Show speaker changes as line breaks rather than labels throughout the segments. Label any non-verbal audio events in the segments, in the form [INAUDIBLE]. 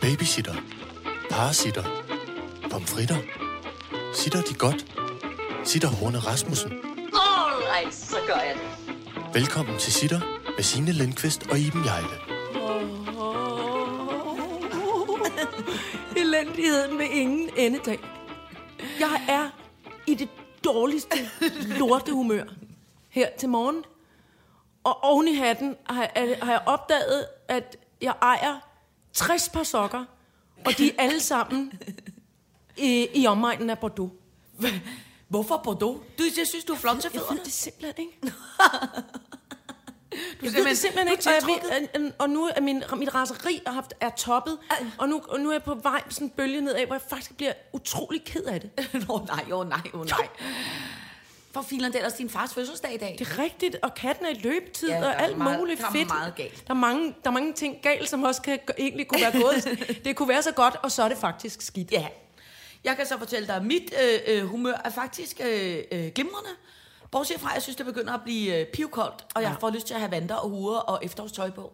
Babysitter. Parasitter. Pomfritter. Sitter de godt? Sitter Horne Rasmussen.
Alright, så gør jeg det.
Velkommen til Sitter med Signe Lindqvist og Iben Jejle.
Elendigheden med ingen endedag. Jeg er i det dårligste lortehumør her til morgen. Og oven i hatten har, er- har jeg opdaget, at jeg ejer 60 par sokker, og de er alle sammen i, i omegnen af Bordeaux.
Hvorfor Bordeaux? Du, jeg synes, du er flot til
Jeg ved
fødderne.
det simpelthen ikke.
Du
Jeg ved det simpelthen ikke, og, jeg
ved,
ved, at- at- og nu er min, mit raseri er, haft, er toppet, og nu, og nu er jeg på vej med sådan en bølge nedad, hvor jeg faktisk bliver utrolig ked af det.
Nå nej, åh oh, nej, åh oh, nej. For filen, det er ellers din fars fødselsdag i dag.
Det er rigtigt, og katten er i løbetid,
Ja,
ja,
der
og
er
alt
meget-
muligt
der er
fedt.
meget galt.
Der er, mange, der er mange ting galt, som også kan, egentlig kunne være gået.
[LAUGHS]
det kunne være så godt, og så er det faktisk skidt.
Ja. Jeg kan så fortælle dig, at mit øh, øh, humør er faktisk øh, øh, glimrende. Bortset fra, at jeg synes, det begynder at blive øh, pivkoldt, og jeg
Ja.
får lyst til at have vanter og huer og efterårstøj på.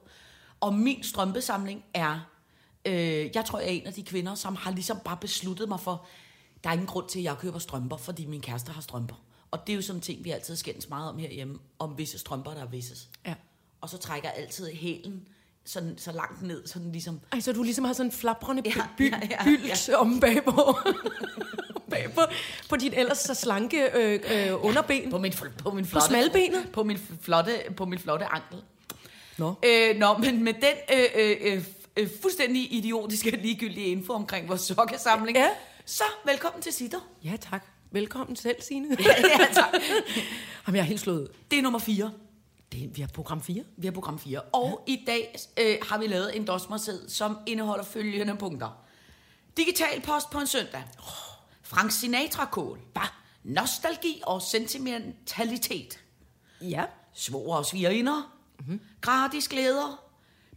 Og min strømpesamling er, øh, jeg tror, jeg er en af de kvinder, som har ligesom bare besluttet mig for, der er ingen grund til, at jeg køber strømper, fordi min kæreste har strømper. Og det er jo sådan en ting, vi altid skændes meget om herhjemme, om visse strømper, der er visses.
Ja.
Og så trækker jeg altid hælen sådan, så langt ned, sådan ligesom,
Ej, så du ligesom har sådan en flabrende
Ja,
ja, by,
ja,
ja,
ja,
ja, bylt ja. om bagpå. [LAUGHS] bagpå. På dit ellers så slanke øh, øh, underben.
På min, fl- på min flotte...
smalbenet?
På min f- flotte, på min flotte ankel.
Nå.
Øh, nå, men med den øh, øh, øh, øh, fuldstændig idiotiske ligegyldige info omkring vores sokkesamling,
Ja.
så velkommen til Sitter.
Ja, tak. Velkommen selv, Signe.
[LAUGHS] ja, tak.
[LAUGHS] Jamen, jeg er helt slået.
Det er nummer 4.
Det, er- vi har program 4.
Vi har program 4. Og ja. i dag øh, har vi lavet en dosmerseddel, som indeholder følgende punkter. Digital post på en søndag. Frank Sinatra-kål. Bah. Nostalgi og sentimentalitet.
Ja.
svoger og svigerinder, mm-hmm. gratis glæder,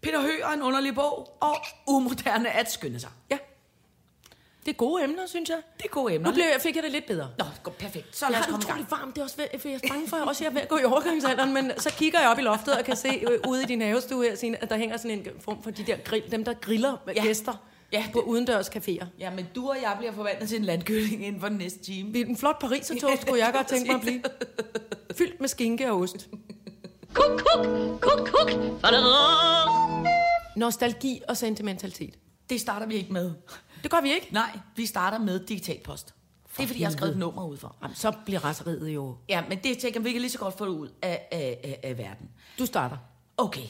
Peter Høger en underlig bog, og umoderne at skynde sig.
Ja. Det er gode emner, synes jeg.
Det er gode emner.
Nu blev jeg, fik jeg det lidt bedre.
Nå, godt, perfekt. Så
Jeg
lad os
har det
komme i gang.
utroligt varmt. Det er også ved, for jeg er bange for, at også jeg er ved at gå i overgangsalderen, men så kigger jeg op i loftet og kan se øh, ude i din havestue her, Signe, at der hænger sådan en form for de der grill, dem, der griller
Ja.
ja. gæster
Ja,
ja, på udendørs caféer.
Ja, men du og jeg bliver forvandlet til en landkylling inden for den næste time.
En flot parisertog skulle jeg godt tænke mig at blive. Fyldt med skinke og ost.
Kuk, kuk, kuk, kuk.
Nostalgi og sentimentalitet.
Det starter vi ikke med.
Det gør vi ikke.
Nej, vi starter med digital post. Det er, fordi jeg har skrevet et nummer ud for.
Jamen, så bliver raseriet jo...
Ja, men det tænker jeg, vi kan lige så godt få det ud af, af, af, af verden.
Du starter.
Okay.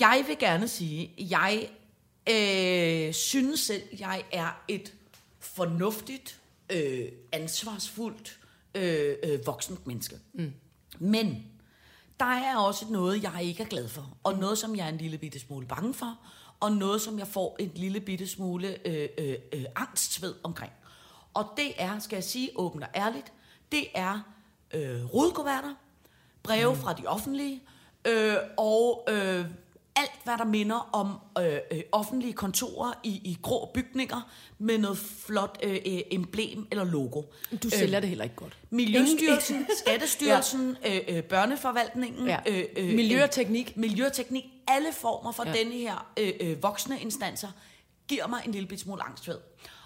Jeg vil gerne sige, jeg øh, synes selv, jeg er et fornuftigt, øh, ansvarsfuldt, øh, øh, voksent menneske. Mm. Men der er også noget, jeg ikke er glad for, og noget, som jeg er en lille bitte smule bange for, og noget, som jeg får en lille bitte smule øh, øh, øh, angst ved omkring. Og det er, skal jeg sige åbent og ærligt, det er øh, rodekuverter, breve mm. fra de offentlige, øh, og øh, alt, hvad der minder om øh, øh, offentlige kontorer i, i grå bygninger med noget flot øh, øh, emblem eller logo.
Du
Øhm.
sælger det heller ikke godt.
Miljøstyrelsen, Skattestyrelsen, [LAUGHS] ja. øh, øh, Børneforvaltningen,
Ja.
øh,
Miljø og teknik.
Miljøteknik, alle former for ja.
Ja.
denne her øh, øh, voksne instanser, giver mig en lille bit smule angst ved.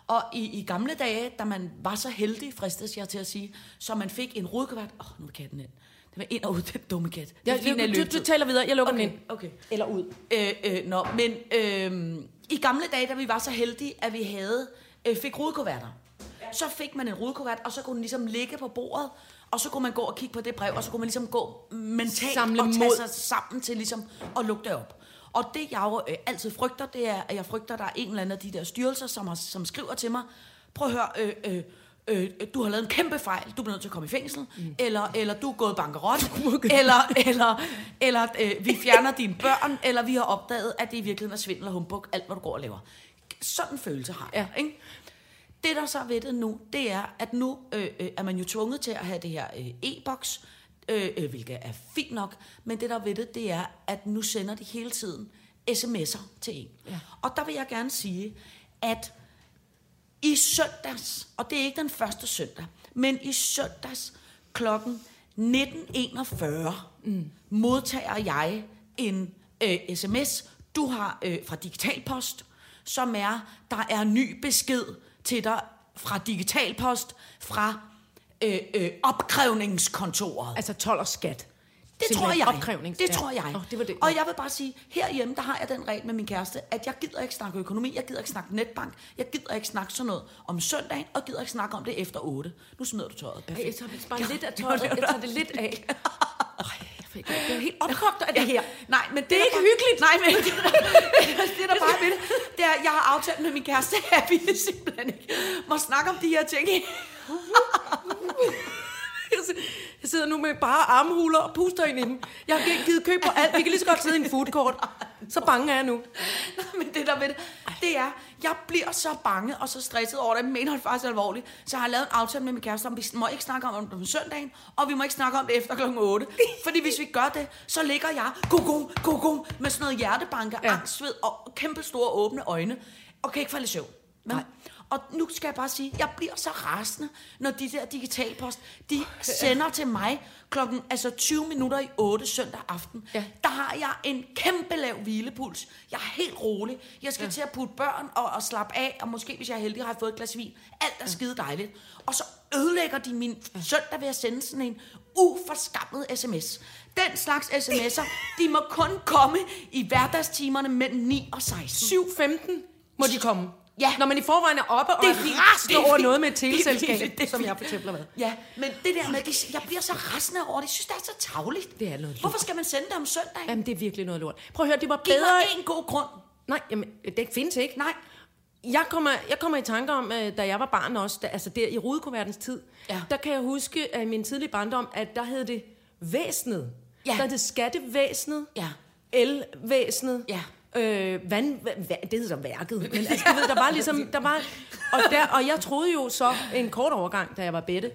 Og i, i gamle dage, da man var så heldig, fristes jeg til at sige, så man fik en rodkuvert. Åh, oh, nu er katten ind. Den var ind og ud, den dumme kat. Det er fordi, den er
Jeg,
løbet
du,
ud.
du taler videre. Jeg lukker okay.
okay,
den ind.
okay.
Eller ud.
Øh, øh, nå, men øh, i gamle dage, da vi var så heldige, at vi havde, øh, fik rudekuverter. Så fik man en rudekuvert, og så kunne den ligesom ligge på bordet, og så kunne man gå og kigge på det brev, og så kunne man ligesom gå mentalt
Samle
og tage
mod.
sig sammen til ligesom at lukke det op. Og det, jeg jo øh, altid frygter, det er, at jeg frygter, at der er en eller anden af de der styrelser, som, har, som skriver til mig, prøv at høre, øh, øh, øh, du har lavet en kæmpe fejl, du bliver nødt til at komme i fængsel, mm. eller, eller du er gået bankerot, eller, eller, eller øh, vi fjerner dine børn, eller vi har opdaget, at det i virkeligheden er svindel og humbug, alt hvad du går og laver. Sådan en følelse har jeg, ja. ikke? Det, der så er ved det nu, det er, at nu øh, øh, er man jo tvunget til at have det her øh, e-boks, øh, øh, hvilket er fint nok, men det, der er ved det, det er, at nu sender de hele tiden sms'er til en. Ja. Og der vil jeg gerne sige, at i søndags, og det er ikke den første søndag, men i søndags klokken 19.41 mm. modtager jeg en øh, sms, du har øh, fra Digitalpost, som er, der er ny besked til dig fra digitalpost, fra øh, øh, opkrævningskontoret.
Altså 12 og skat.
Det tror
Simpelthen
jeg.
Opkrævnings.
Det
ja.
tror jeg.
Åh, det var det.
Og jeg vil bare sige, herhjemme, der har jeg den regel med min kæreste, at jeg gider ikke snakke økonomi, jeg gider ikke snakke netbank, jeg gider ikke snakke sådan noget om søndagen, og gider ikke snakke om det efter 8. Nu smider du tøjet.
Ej, jeg tager bare lidt af tøjet. Jeg tager det lidt af. Ej, jeg fik- Jeg er helt opkogt af det her.
Nej, men det,
er
der
ikke
bare-
hyggeligt.
Nej, men [LAUGHS] det er der bare ved det. Det er, jeg har aftalt med min kæreste, [LAUGHS] at vi simpelthen ikke må snakke om de her ting.
[LAUGHS] Jeg sidder- Jeg sidder nu med bare armhuler og puster ind i dem. Jeg har ikke givet køb på alt. Vi kan lige så godt sidde i en food court. Så bange er jeg nu.
[LAUGHS] Nå, men det der ved det, det er, jeg bliver så bange og så stresset over det, men mener det faktisk alvorligt. Så jeg har lavet en aftale med min kæreste om, at vi må ikke snakke om det om søndagen, og vi må ikke snakke om det efter klokken 8. Fordi hvis vi gør det, så ligger jeg koko, koko, med sådan noget hjertebanker,
Ja.
ja. angstsved og kæmpe store åbne øjne, og kan ikke falde i søvn. Men, og nu skal jeg bare sige, jeg bliver så rasende, når de der digitalpost, de sender til mig klokken altså 20 minutter i 8 søndag aften.
Ja.
Der har jeg en kæmpe lav hvilepuls. Jeg er helt rolig. Jeg skal ja. til at putte børn og, og slappe af, og måske hvis jeg er heldig, har jeg fået et glas vin. Alt er skide dejligt. Og så ødelægger de min søndag ved at sende sådan en uforskammet sms. Den slags sms'er, de må kun komme i hverdagstimerne mellem 9 og 16.
7.15 må de komme.
Ja.
Når man i forvejen er oppe og
Det er
helt
rasende
over
fint.
noget med et
Det er fint. Det er
teleselskab, som
fint.
jeg for eksempel har været.
Ja, men det der med, de- jeg bliver så rasende over det. Jeg synes, det er så tavligt.
Det er noget
Hvorfor skal man sende det om søndag?
Jamen, det er virkelig noget lort. Prøv at høre, det var
Giv
bedre...
mig en god grund.
Nej, jamen, det findes ikke.
Nej.
Jeg kommer, jeg kommer i tanke om, øh, da jeg var barn også, da, altså der i rudekuvertens tid,
Ja.
der kan jeg huske af min tidlige barndom, at der hed det væsenet.
Ja.
Der hed det skattevæsenet,
Ja.
elvæsenet,
Ja.
øh, vand, va, va, det hedder værket.
[LAUGHS]
Men altså, du ved, der var ligesom, der var, og, der, og jeg troede jo så en kort overgang, da jeg var bedte,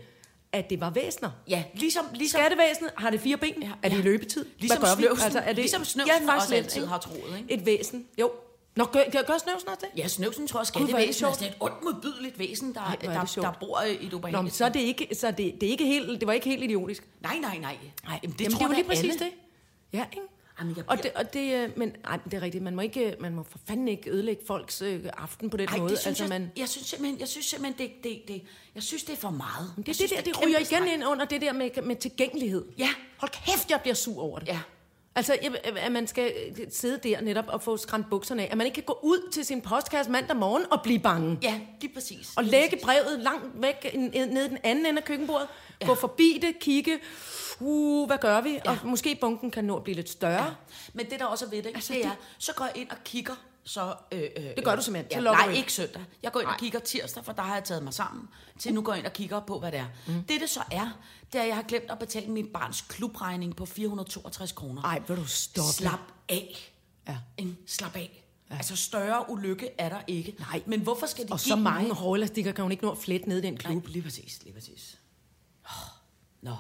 at det var væsener.
Ja, ligesom, ligesom,
Skattevæsenet, har det fire ben? Ja, er det i
ja.
løbetid?
Ligesom
Hvad gør vi?
snøvsen.
Altså, er det,
Ligesom snøvsen
faktisk
også
lidt,
altid
ikke?
har troet, ikke?
Et væsen, jo. Nå, gør, gør, gør snøvsen også det?
Ja, snøvsen tror jeg,
Gud, hvor er det
skattevæsenet er
sjovt.
sådan et ondt modbydeligt væsen, der,
Ej, hvor er det
der,
sjovt.
der bor øh, i et
Nå, men
ubehageligt.
så er det ikke, så er det, det er ikke helt, det var ikke helt idiotisk.
Nej, nej, nej. Nej,
Jamen, det er jo
da
lige præcis
alle.
det. Ja, ikke?
Jamen, jeg
og,
bliver-
det, og det, øh, men ej, det er rigtigt, man må, ikke, øh, man må for fanden ikke ødelægge folks øh, aften på den
Ej,
måde.
det synes altså,
altså,
jeg,
man,
man... jeg, synes simpelthen, jeg synes simpelthen, det, det, det, jeg synes, det er for meget.
det, er det, der, det ryger igen ind under det der med, med tilgængelighed.
Ja.
Hold kæft, jeg bliver sur over det.
Ja.
Altså, jeg- at man skal øh, sidde der netop og få skræmt bukserne af. At man ikke kan gå ud til sin postkasse mandag morgen og blive bange.
Ja, lige præcis.
Og
Lige
lægge
præcis.
brevet langt væk, en- en- ned i den anden ende af køkkenbordet. Ja. Gå forbi det, kigge. Uh, hvad gør vi? Ja. Og måske bunken kan nå at blive lidt større. Ja.
Men det, der også er ved det, altså, det er, så går jeg ind og kigger, så... Øh, øh,
Det gør du simpelthen. Så
Ja,
logger
nej,
du ind.
ikke søndag. Jeg går ind og kigger tirsdag, for der har jeg taget mig sammen, til nu går jeg ind og kigger på, hvad det er.
Mhm.
Mm. Det, det så er, det er, at jeg har glemt at betale min barns klubregning på 462 kroner.
Ej, vil du stoppe.
Slap af.
Ja.
En slap af. Ja. Altså større ulykke er der ikke.
Nej.
Men hvorfor skal de
Og
give
så
den-
mange hårelastikker kan hun ikke nå at flette ned i den klub.
Nej, lige præcis, lige præcis. Åh, Nå,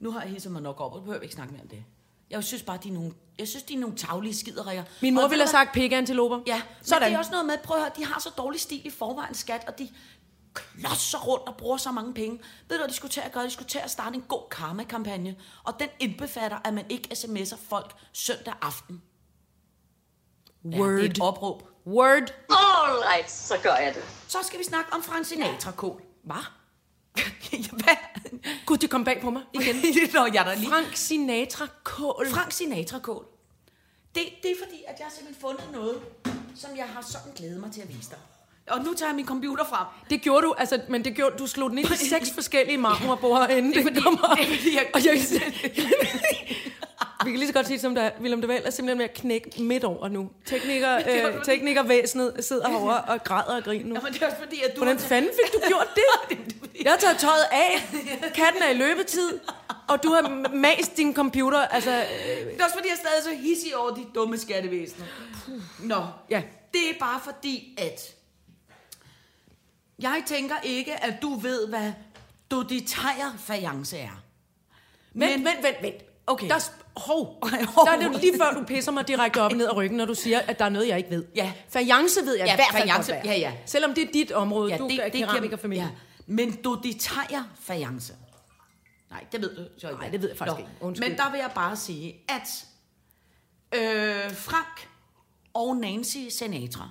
nu har jeg hisset mig nok op, og du behøver ikke snakke mere om det. Jeg synes bare, de er nogle, jeg synes, de er nogle taglige skiderikker.
Min mor
Og ved
ville have
du
sagt pikkeantiloper.
Ja, Sådan.
Sådan.
men det er også noget med, prøv at høre, de har så dårlig stil i forvejen, skat, og de klodser rundt og bruger så mange penge. Ved du, hvad de skulle til at gøre? De skulle til at starte en god karma-kampagne, og den indbefatter, at man ikke sms'er folk søndag aften. Ja, det er
Word.
et opråb.
Word.
All right, så gør jeg det.
Så skal vi snakke om Frank Sinatra-kål.
Hvad?
[LAUGHS] ja, hvad?
Gud, det kom bag på mig igen.
[LAUGHS] Nå, jeg er der lige.
Frank Sinatra Kål.
Frank Sinatra-kål. Det, det er fordi, at jeg har simpelthen fundet noget, som jeg har sådan glædet mig til at vise dig. Og nu tager jeg min computer frem.
Det gjorde du, altså, men det gjorde, du slog den ind i
[LAUGHS]
seks forskellige marmorbord, inden det, det kommer op.
det er [LAUGHS] fordi, jeg-
Og [LAUGHS] Vi kan lige så godt sige, som der er. Willem de Waal er simpelthen ved at knække midt over nu. Tekniker,
[LAUGHS] Det var
øh,
fordi-
teknikervæsenet sidder herovre og græder og griner
[LAUGHS]
nu.
Jamen, det er også fordi, at du...
Hvordan
[LAUGHS] har-
fanden fik du gjort det? Jeg har taget tøjet af, katten er i løbetid, og du har m- mast din computer. Altså, øh,
Det er også fordi, jeg er stadig så hissig over de dumme skattevæsener. Nå,
Ja.
det er bare fordi, at jeg tænker ikke, at du ved, hvad du de tejer fajance er.
vent, vent, vent, vent.
Okay.
Der, er sp- hov,
Ej, hov.
der er det jo lige før, du pisser mig direkte op og ned ad ryggen, når du siger, at der er noget, jeg ikke ved.
Ja.
Fajance ved jeg
Ja,
i hvert fald
fajance,
godt, hvad er.
ja, ja.
Selvom det er dit område, du er
kan-
keramikerfamilie. Ja.
Men du de tejer fajance. Nej, det ved du så ikke.
Nej, det ved jeg faktisk ikke. Undskyld.
Men der vil jeg bare sige, at øh, Frank og Nancy Sinatra,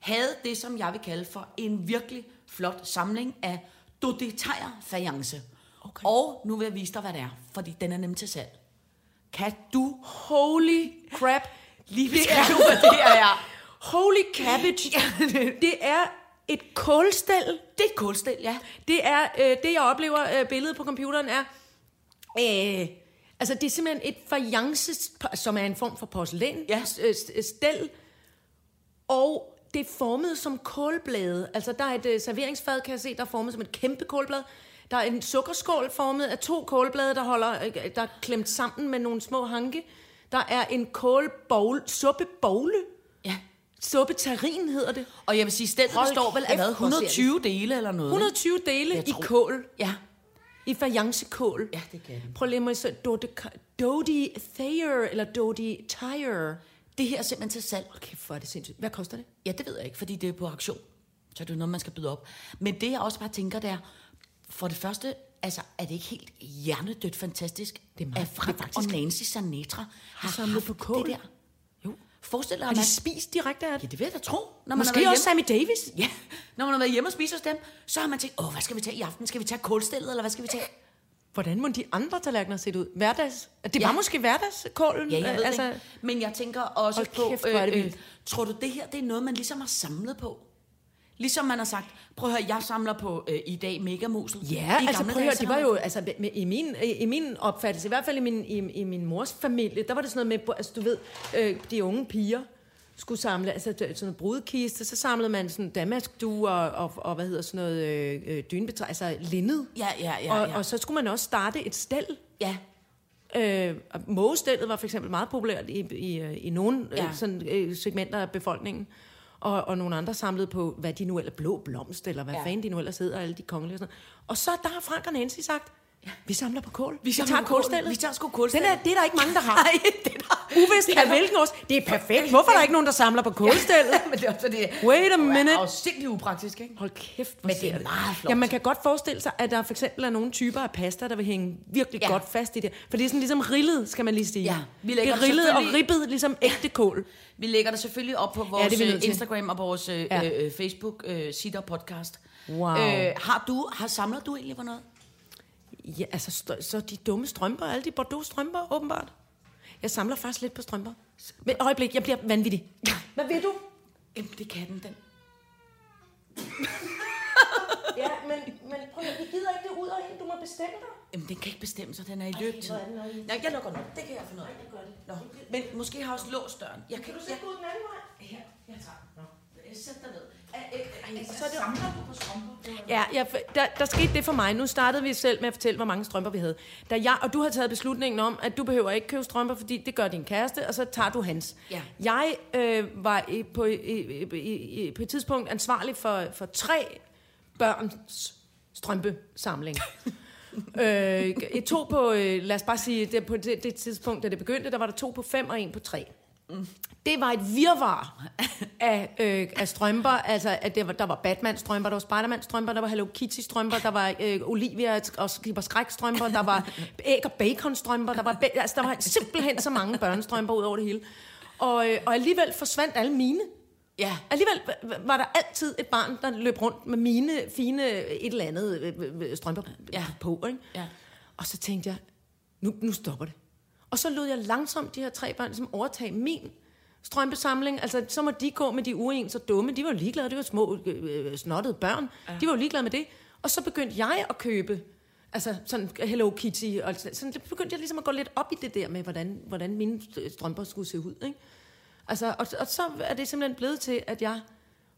havde det, som jeg vil kalde for en virkelig flot samling af dodetajer fajance. Okay. Og nu vil jeg vise dig, hvad det er, fordi den er nemlig til salg. Kan du
Holy crap.
lige
Det
beskrive,
er-
hvad det
[LAUGHS]
her er?
Holy cabbage. Det er et kålstel.
Det er et kulstel, ja.
Det er øh, det, jeg oplever øh, billedet på computeren er... Øh, altså, det er simpelthen et fajance, som er en form for porcelæn,
Ja.
s- øh, s- øh, stel, og det er formet som kålblade. Altså, der er et øh, serveringsfad, kan jeg se, der er formet som et kæmpe kålblad. Der er en sukkerskål formet af to kålblade, der, holder, øh, der er klemt sammen med nogle små hanke. Der er en kålbowl, suppebogle,
ja.
suppeterrin hedder det.
Og jeg vil sige, stedet
Hold
består vel af
kæft,
hvad,
hvor ser det-
120 dele eller noget?
120 dele
Jeg
i
tror-
kål.
Ja.
I fajancekål.
Ja, det kan den.
Prøv lige at så Dodi, Dodi Thayer, eller Dodi Tire.
Det her er simpelthen til salg.
Kæft, hvor er det sindssygt. Hvad koster det?
Ja, det ved jeg ikke, fordi det er på aktion. Så det er noget, man skal byde op. Men det, jeg også bare tænker, det er, for det første, altså, er det ikke helt hjernedødt fantastisk,
Det er meget-
at Frank
det er faktisk-
og Nancy Sanetra har
samlet
haft
på
det
kål.
der? Jo. Forestil dig,
Har
at
de
man...
spist direkte af
Ja,
det?
det vil jeg da tro. Når man har
Måske
været
også Sammy Davis?
Ja, når man har været hjemme og spist hos dem, så har man tænkt, åh, hvad skal vi tage i aften? Skal vi tage kålstillet, eller hvad skal vi tage?
Hvordan må de andre tallerkener har set ud? Hverdags? Det var
Ja.
måske hverdagskålen?
Ja, jeg
øh,
ved altså, det. ikke. Men jeg tænker også
Hold
på, øh,
kæft, hvor er det vildt.
tror du det her, det er noget, man ligesom har samlet på? Ligesom man har sagt, prøv at høre, jeg samler på øh, i dag megamusel. I
Ja, altså
gamle
prøv at
dage,
høre,
så
det
har
var
man-
jo, altså med- med- i min, i, i min opfattelse, i hvert fald i min, i, i min mors familie, der var det sådan noget med, altså du ved, øh, de unge piger skulle samle, altså d- sådan en brudkiste, så samlede man sådan damaskduer og, og, og hvad hedder sådan noget, øh, øh, dynebetræ, altså linned.
Ja, ja, ja,
og,
ja.
og så skulle man også starte et stel.
Ja,
Øh, og mågesteltet var for eksempel meget populært i, i, øh, i nogle ja.
Ja.
øh, sådan, øh, segmenter af befolkningen. Og, og nogle andre samlede på, hvad de nu ellers blå blomst, eller hvad ja.
Ja.
fanden de nu ellers hedder, alle de kongelige og sådan noget. Og så der har Frank og Nancy sagt, vi samler på kål. Vi,
samler
tager
på kål.
kålsteltet.
Vi tager sgu kålsteltet.
Den er, det er der ikke mange, der har.
[LAUGHS] nej, det er der.
Uvist af hvilken års. Det er perfekt. Hvorfor er der ikke nogen, der samler på kålsteltet?
Ja, [LAUGHS] men det er også det.
Wait a
Det
minute.
er jo sindssygt upraktisk, ikke?
Hold kæft, hvor
Men det
ser
er meget flot.
Ja, man kan godt forestille sig, at der for eksempel er nogle typer af pasta, der vil hænge virkelig ja.
Ja.
godt fast i det. For det er sådan ligesom rillet, skal man lige sige.
Ja. Vi
det
lægger
er rillet og
selvfølgelig-
ribbet, ligesom ægte kål.
Vi lægger det selvfølgelig op på
Ja, det
vores
er vi nødt
ja,
til.
Instagram og vores
Ja.
ja. øh, Facebook øh, sitter podcast.
Wow.
Øh, har du, har samler du egentlig på noget?
Ja, altså st- så de dumme strømper, alle de Bordeaux-strømper, åbenbart. Jeg samler faktisk lidt på strømper. Men øjeblik, jeg bliver vanvittig.
Hvad ved du? Jamen, det kan den, den.
Ja, men, men prøv, vi gider ikke det ud og ind, du må bestemme dig.
Jamen, den kan ikke bestemme sig, den er i løbetid. Nej, jeg lukker den op. Det kan jeg finde ud af. Nå. Men måske har jeg også låst døren. Jeg kan, jeg,
gå den anden vej?
her, jeg tager den. Nå. Sæt dig ned. Ej, ej, ej, så er det samler du på strømper.
Ja, jeg, der, der skete det for mig. Nu startede vi selv med at fortælle, hvor mange strømper vi havde. Da jeg og du har taget beslutningen om, at du behøver ikke købe strømper, fordi det gør din kæreste, og så tager du hans.
Ja.
Jeg øh, var i, på, i, i, i, i- på et tidspunkt ansvarlig for, for tre børns strømpesamling. øh, et- to på, øh, lad os bare sige, det, på det, det tidspunkt, da det begyndte, der var der to på fem og en på tre. Det var et virvar af, øh, af strømper. Altså, at det var, der var Batman-strømper, der var Spider-Man-strømper, der var Hello Kitty-strømper, der var øh, Olivia og Skipper Skræk-strømper, der var æg- og bacon-strømper, der var, ba- altså, der var simpelthen så mange børnestrømper ud over det hele. Og, øh, og alligevel forsvandt alle mine.
Ja.
Alligevel h- h- var der altid et barn, der løb rundt med mine fine et eller andet øh, øh, strømper ja.
Ja.
på. Ikke?
Ja.
Og så tænkte jeg, nu, nu stopper det. Og så lod jeg langsomt de her tre børn som overtage min strømpesamling. Altså, så må de gå med de uens og dumme. De var jo ligeglade. Det var små, øh, øh, snottede børn. Ja. De var jo ligeglade med det. Og så begyndte jeg at købe, altså sådan Hello Kitty. Og sådan, sådan begyndte jeg ligesom at gå lidt op i det der med, hvordan, hvordan mine øh, strømper skulle se ud. Ikke? Altså, og, og så er det simpelthen blevet til, at jeg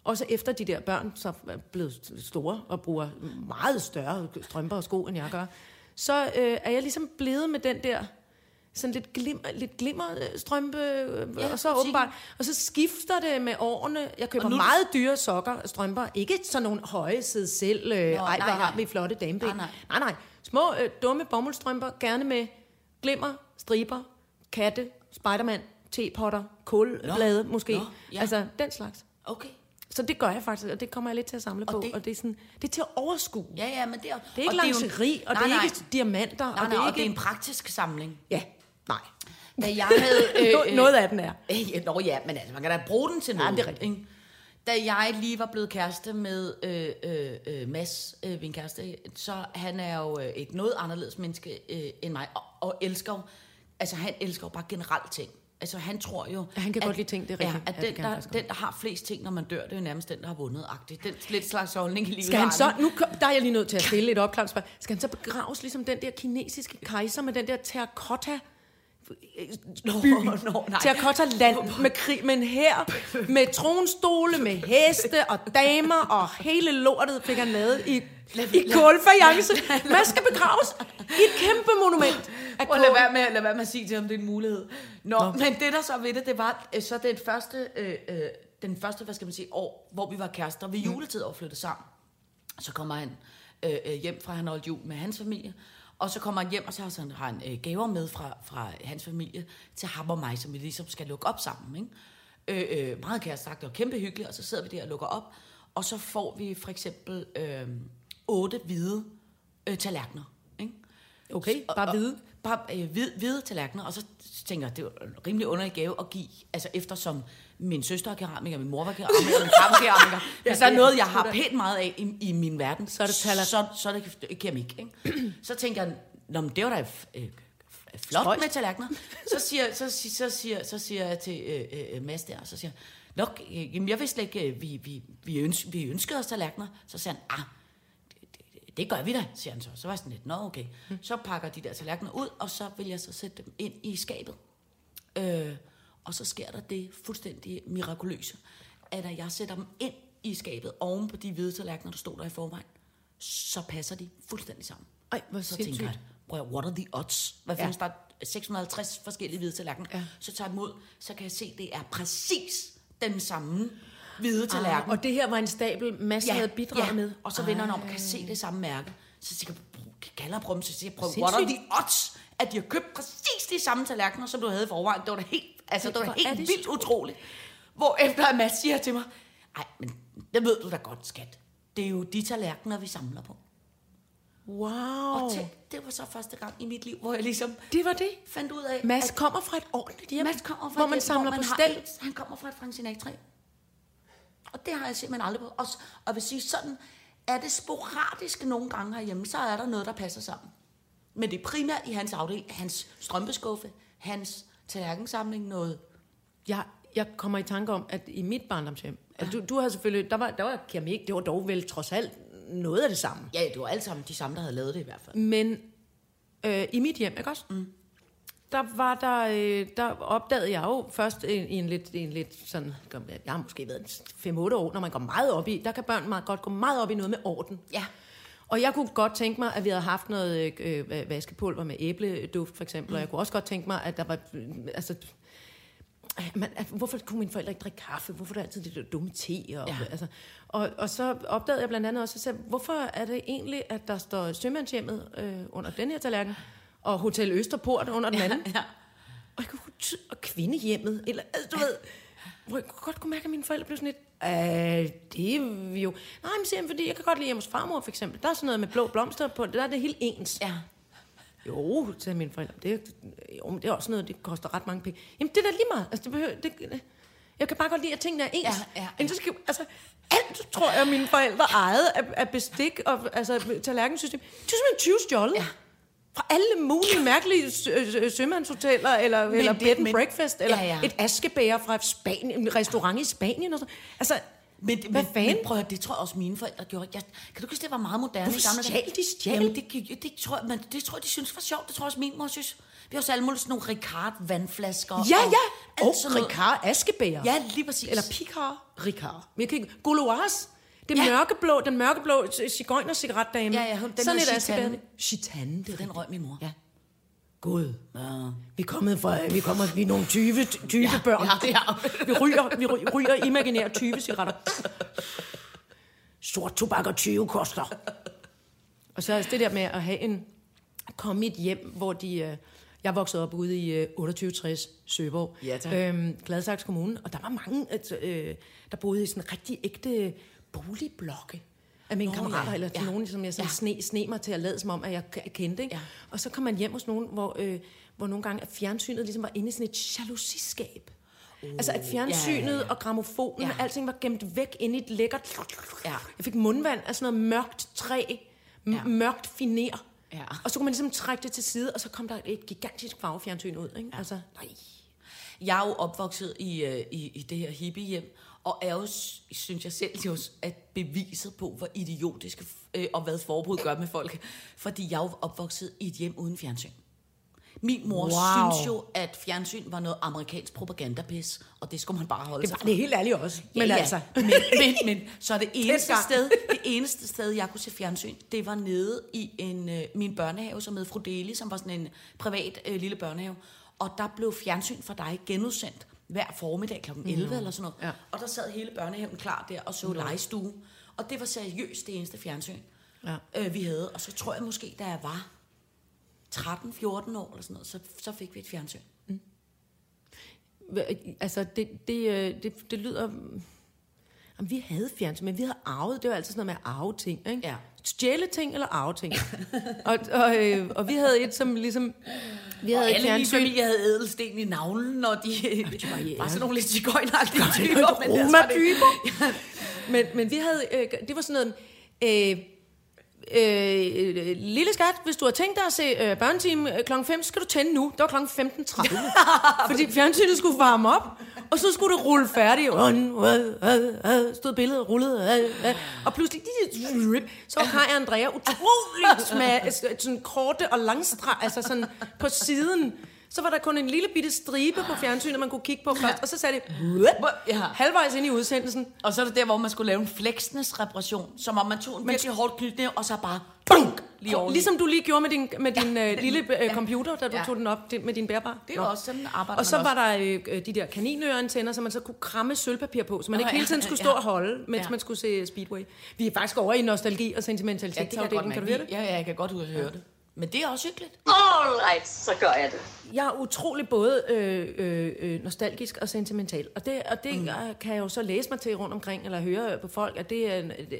også efter de der børn, så er blevet store og bruger meget større strømper og sko, end jeg gør, så øh, er jeg ligesom blevet med den der sådan lidt, glim, lidt glimmerstrømpe, ja,
Ja,
øh, og så
butikken.
åbenbart, og så skifter det med årene. Jeg køber
Og nu-
meget dyre sokker og strømper, ikke sådan nogle høje sid selv, øh,
Nå,
ej,
nej,
hvor har
nej.
vi flotte dameben.
Nej, nej.
Ah, nej, nej. Små, øh, dumme bommelstrømper, gerne med glimmer, striber, katte, spidermand, tepotter, kålblade
Nå,
måske.
nå, ja.
Altså, den slags.
Okay.
Så det gør jeg faktisk, og det kommer jeg lidt til at samle og på. Det,
det-
og det er, sådan, det er til at overskue. Ja,
Ja, ja, men det er...
det er ikke lingeri, og, det er ikke diamanter,
Nej,
og det er
nej, og
ikke...
det er en praktisk samling.
Ja, nej.
Da jeg havde...
[LAUGHS] Øh, Noget af den er.
Øh, ja, Nå ja, men altså, man kan da bruge den til noget.
det er rigtigt.
ikke? da jeg lige var blevet kæreste med øh, øh, øh, Mads, øh, min kæreste, så han er jo øh, et noget anderledes menneske øh, end mig, og, og elsker jo, altså han elsker jo bare generelt ting. Altså han tror jo...
Ja, han kan godt lide ting, det er rigtigt.
Ja, at
Ja, det
den,
kan han
der,
faktisk godt.
den, der har flest ting, når man dør, det er jo nærmest den, der har vundet. -agtigt. Den lidt slags holdning i livet.
Skal han
har
så,
alle.
nu kom, der er jeg lige nødt til at stille et opklaringsspørgsmål. Skal han så begraves ligesom den der kinesiske kejser med den der terracotta by,
Nå, nå, nej.
terracotta land med, krig, med en her, med tronstole, med heste og damer og hele lortet fik han lavet i, i kålfajance. Man skal begraves i et kæmpe monument af
Prøv at lade
kål.
være, med, lad være med at sige til ham, det er en mulighed. Nå, Nå. men det der så er ved det, det var øh, så den første, øh, øh, den første, hvad skal man sige, år, hvor vi var kærester. Ved juletid og flyttede sammen. Så kommer han øh, øh, hjem fra, han holdt jul med hans familie. Og så kommer han hjem, og så har han, har han øh, gaver med fra, fra hans familie til ham og mig, som vi ligesom skal lukke op sammen. Ikke? Øh, øh, meget kærestagt og kæmpe hyggeligt, og så sidder vi der og lukker op. Og så får vi for eksempel øh, otte hvide øh, tallerkener. Ikke?
Okay,
Og-
bare
og-
vide.
Bare øh, hvide, hvide tallerkener, og så tænker jeg, det er jo en rimelig underlig gave at give, altså eftersom min søster er keramiker, min mor var
[LAUGHS]
keramiker, min far var keramiker. ja, Hvis der er
det-
noget, jeg har pænt meget af i, i min verden, så
er det taller-
så, så er det øh, keramik.
[CLEARS THROAT]
Ikke? så tænker jeg, Nå, men det var da f- øh, f- flot
Spøjst.
med tallerkener.
[LAUGHS]
Så siger, så, si- så, siger, så siger jeg til øh, øh, Mads der, så siger jeg, Nå, øh, jamen, jeg vidste slet ikke, øh, vi, vi, vi, ønskede, vi ønskede os tallerkener. Så siger han, ah, det gør vi da, siger han så. Så var jeg sådan lidt, nå okay. Så pakker de der tallerkener ud, og så vil jeg så sætte dem ind i skabet. Øh, og så sker der det fuldstændig mirakuløse, at når jeg sætter dem ind i skabet oven på de hvide tallerkener, der stod der i forvejen, så passer de fuldstændig sammen.
Ej, hvor
så
sindssygt.
tænker jeg, prøv at høre, what are the odds? Hvad
Ja.
findes der 650 forskellige hvide tallerkener? Ja. Så tager jeg dem ud, så kan jeg se, det er præcis den samme hvide tallerken.
Og det her var en stabel, masser havde bidraget med.
Og så vender han om og kan se det samme mærke. Så siger jeg, "Prøv- kalder på dem, så siger jeg, prøv,
Sindssygt.
what are the odds, at de har købt præcis de samme tallerkener, som du havde i forvejen. Det var da helt, altså, det var da
Hvor er
helt
det
vildt utroligt. Hvor efter at Mads siger til mig, nej, men det ved du da godt, skat. Det er jo de tallerkener, vi samler på.
Wow.
Og tænk, det var så første gang i mit liv, hvor jeg ligesom
Det var det.
fandt ud af,
Mads
at
kommer fra et ordentligt hjem,
Mads kommer fra
hvor
et
man
hjem,
samler
man
på
har
stel.
et- Han kommer fra et Frank Sinatra. Og det har jeg simpelthen aldrig på. Og, s- og vil sige, sådan er det sporadisk nogle gange herhjemme, så er der noget, der passer sammen. Men det er primært i hans afdeling, hans strømpeskuffe, hans tallerkensamling, noget.
Jeg, jeg kommer i tanke om, at i mit barndomshjem, at du, du har selvfølgelig, der var, der var keramik, det var dog vel trods alt noget af det samme.
Ja, det var alle sammen de samme, der havde lavet det i hvert fald.
Men øh, i mit hjem, ikke også? Mm. Der var der, øh, der opdagede jeg jo først i, i en lidt, i en lidt sådan, jeg har måske været 5-8 år, når man går meget op i, der kan børn meget godt gå meget op i noget med orden.
Ja.
Og jeg kunne godt tænke mig, at vi havde haft noget øh, øh, vaskepulver med æbleduft, for eksempel. Mm. Og jeg kunne også godt tænke mig, at der var... Øh, altså, øh, man, at, hvorfor kunne mine forældre ikke drikke kaffe? Hvorfor er der altid det der dumme te? Og, ja.
Ja.
altså, og, og så opdagede jeg blandt andet også, at jeg sagde, hvorfor er det egentlig, at der står sømandshjemmet øh, under den her tallerken, og Hotel Østerport under den [LAUGHS] anden?
Ja.
og, jeg kunne, ty- og kvindehjemmet, eller altså, du ved, hvor jeg kunne godt kunne mærke, at mine forældre blev sådan lidt, "Øh, det er vi jo... Nej, men siger han, fordi jeg kan godt lide hjemme hos farmor, for eksempel. Der er sådan noget med blå blomster på, der er det helt ens.
Ja.
Jo, sagde mine forældre, det, er- jo, men det er også noget, det koster ret mange penge. Jamen, det er da lige meget. Altså, det behøver, det, jeg kan bare godt lide, at tingene er ens.
Ja, ja, ja.
Men så skal, altså, alt, tror jeg, mine forældre ejede af, af bestik og altså, tallerkensystem. Det er simpelthen 20 stjålet.
Ja.
Fra alle mulige mærkelige sø- øh, sømandshoteller, eller, eller
det-
bed and
men-
breakfast, eller
Ja, ja.
et askebæger fra Spanien, en restaurant i Spanien. Og sådan. Altså,
Men,
hvad
men,
fanden?
Men prøv at høre, det tror jeg også mine forældre gjorde. Jeg, kan du ikke huske, det var meget moderne
Hvorfor
i gamle dage?
stjal de stjal?
Jamen, det, gik- det, tror jeg, men det tror jeg, de synes var sjovt. Det tror jeg også min mor synes. Vi har også alle mulige sådan nogle Ricard-vandflasker.
ja,
og
ja.
alt
Og
sådan noget.
Ricard Askebæger.
Ja, lige præcis.
Eller Picard. Ricard. Men jeg kan ikke... Goloise. Det
Ja.
mørkeblå, den mørkeblå cigøjner cigaretdame.
Ja, ja, hun- den
Sådan
hed
et
Gitane.
Askebæger. Gitane, det er
Den
rigtigt.
røg min mor.
Ja. Gud. Vi er kommet fra, vi kommer, vi er nogle 20, 20 ja, børn.
ja, det er-
vi ryger, vi ryger, ryger imaginære 20 cigaretter. Sort tobak og 20 koster. Og så altså det der med at have en, komme i et hjem, hvor de, øh, jeg voksede op ude i øh, 2860 Søborg,
Ja, tak.
øhm, Gladsaxe Kommune, og der var mange, altså, øh, der boede i sådan rigtig ægte boligblokke af mine
Nå,
kammerater,
ja,
eller til
ja.
nogen, som jeg sådan
Ja.
sne, sne mig til at lade som om, at jeg k- kendte. Ikke?
Ja.
Og så kom man hjem hos nogen, hvor, øh, hvor nogle gange at fjernsynet ligesom var inde i sådan et jalousiskab. Altså at fjernsynet ja, ja, ja. og gramofonen, ja.
Uh, Ja.
alting var gemt væk inde i et lækkert...
Ja.
Jeg fik mundvand af sådan noget mørkt træ, m- ja.
Ja.
mørkt finer.
Ja.
Og så kunne man ligesom trække det til side, og så kom der et gigantisk farvefjernsyn ud. Ikke? Ja. Altså, nej.
Jeg er jo opvokset i, øh, i, i det her hippiehjem, og er jo, s- synes jeg selv, jo, s- at beviset på, hvor idiotiske f- øh, og hvad forbud gør med folk. Fordi jeg er jo opvokset i et hjem uden fjernsyn. Min mor
Wow.
wow. synes jo, at fjernsyn var noget amerikansk propagandapis, og det skulle man bare holde
Det,
sig fra.
det er helt ærligt også. Men ja, ja. altså,
Men, men, men så det eneste,
gang.
sted, det eneste sted, jeg kunne se fjernsyn, det var nede i en, øh, min børnehave, som hed Frudeli, som var sådan en privat øh, lille børnehave. Og der blev fjernsyn for dig genudsendt hver formiddag kl. 11 mm. eller sådan noget.
Mhm. Ja.
Ja. Og der sad hele børnehaven klar der og så mm. legestue. Og det var seriøst det eneste fjernsyn,
Ja.
øh, vi havde. Og så tror jeg måske, da jeg var 13-14 år eller sådan noget, så, så fik vi et fjernsyn.
hva- altså det, det, øh, det, det lyder... Jamen, vi havde fjernsyn, men vi havde arvet. Det var altid sådan noget med at arve ting, ikke?
Ja.
Stjæle ting eller arve ting. [LAUGHS] og, og, øh, og vi havde et, som ligesom... Vi havde et
Alle min
fjernsyn.
familie havde ædelsten i navlen, og de, [LAUGHS] de var sådan nogle lidt cigøjnagtige
var
typer. Men altså, ellers var det-
[LAUGHS] Roma-typer. men, men vi havde... Øh, det var sådan noget... Øh, Øh, lille skat, hvis du har tænkt dig at se øh, børnetime øh, klokken 5, så skal du tænde nu. Det var klokken 15.30. fordi fjernsynet skulle varme op, og så skulle det rulle færdigt. Run, run, run, run, stod billedet, rullede. øh, øh. Og pludselig, så var Kaj og Andrea utrolig med sådan korte og langstreg, altså sådan på siden. Så var der kun en lille bitte stribe på fjernsynet, man kunne kigge på først, og så sagde det
Ja.
halvvejs ind i udsendelsen.
Og så er det der, hvor man skulle lave en flexness reparation, som om man tog en virkelig hårdt knytnæve, og så bare
Bunk!
lige over. Ligesom,
Ligesom du lige gjorde med din, med din øh, lille øh, computer, da du ja.
Ja.
tog den op til- med din bærbare.
det er jo også sådan, arbejder
Og så
man
var der øh, øh, de der kaninøreantænder, som man så kunne kramme sølvpapir på, så man
Nå,
ikke hele
ja,
tiden skulle
ja,
stå
ja.
og holde, mens ja.
Ja.
man skulle se Speedway. Vi er faktisk over i nostalgi og
også. Ja, det kan, jeg
sentimentalitetsafdelingen,
godt
kan, kan du
mærke.
høre det?
Ja, ja, jeg kan godt høre det. Men det er også hyggeligt.
All right, så gør jeg det.
Jeg er utrolig både øh, øh, øh, nostalgisk og sentimental, og det, og det mm. kan jeg jo så læse mig til rundt omkring, eller høre på folk, at det er, en- øh,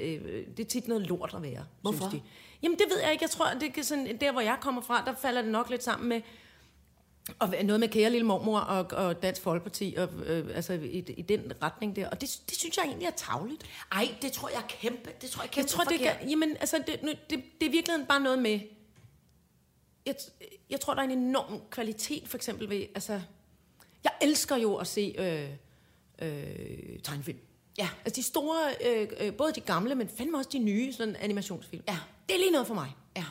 det er tit noget lort at være,
Hvorfor?
synes de. Jamen det ved jeg ikke, jeg tror, at det kan sådan, der hvor jeg kommer fra, der falder det nok lidt sammen med, og noget med kære lille mormor og, og Dansk Folkeparti, og, øh, altså i, i den retning der, og det, det synes jeg egentlig er tavligt.
Ej, det tror jeg er kæmpe. Det tror jeg er kæmpe
Jeg tror, det,
forkert.
kan, jamen, altså, det, nu, det, det er virkelig bare noget med... Jeg, jeg tror, der er en enorm kvalitet, for eksempel ved... Altså, jeg elsker jo at se øh, øh, tegnefilm.
Ja.
Altså de store, øh, øh, både de gamle, men fandme også de nye sådan animationsfilm.
Ja.
Det er lige noget for mig.
Ja.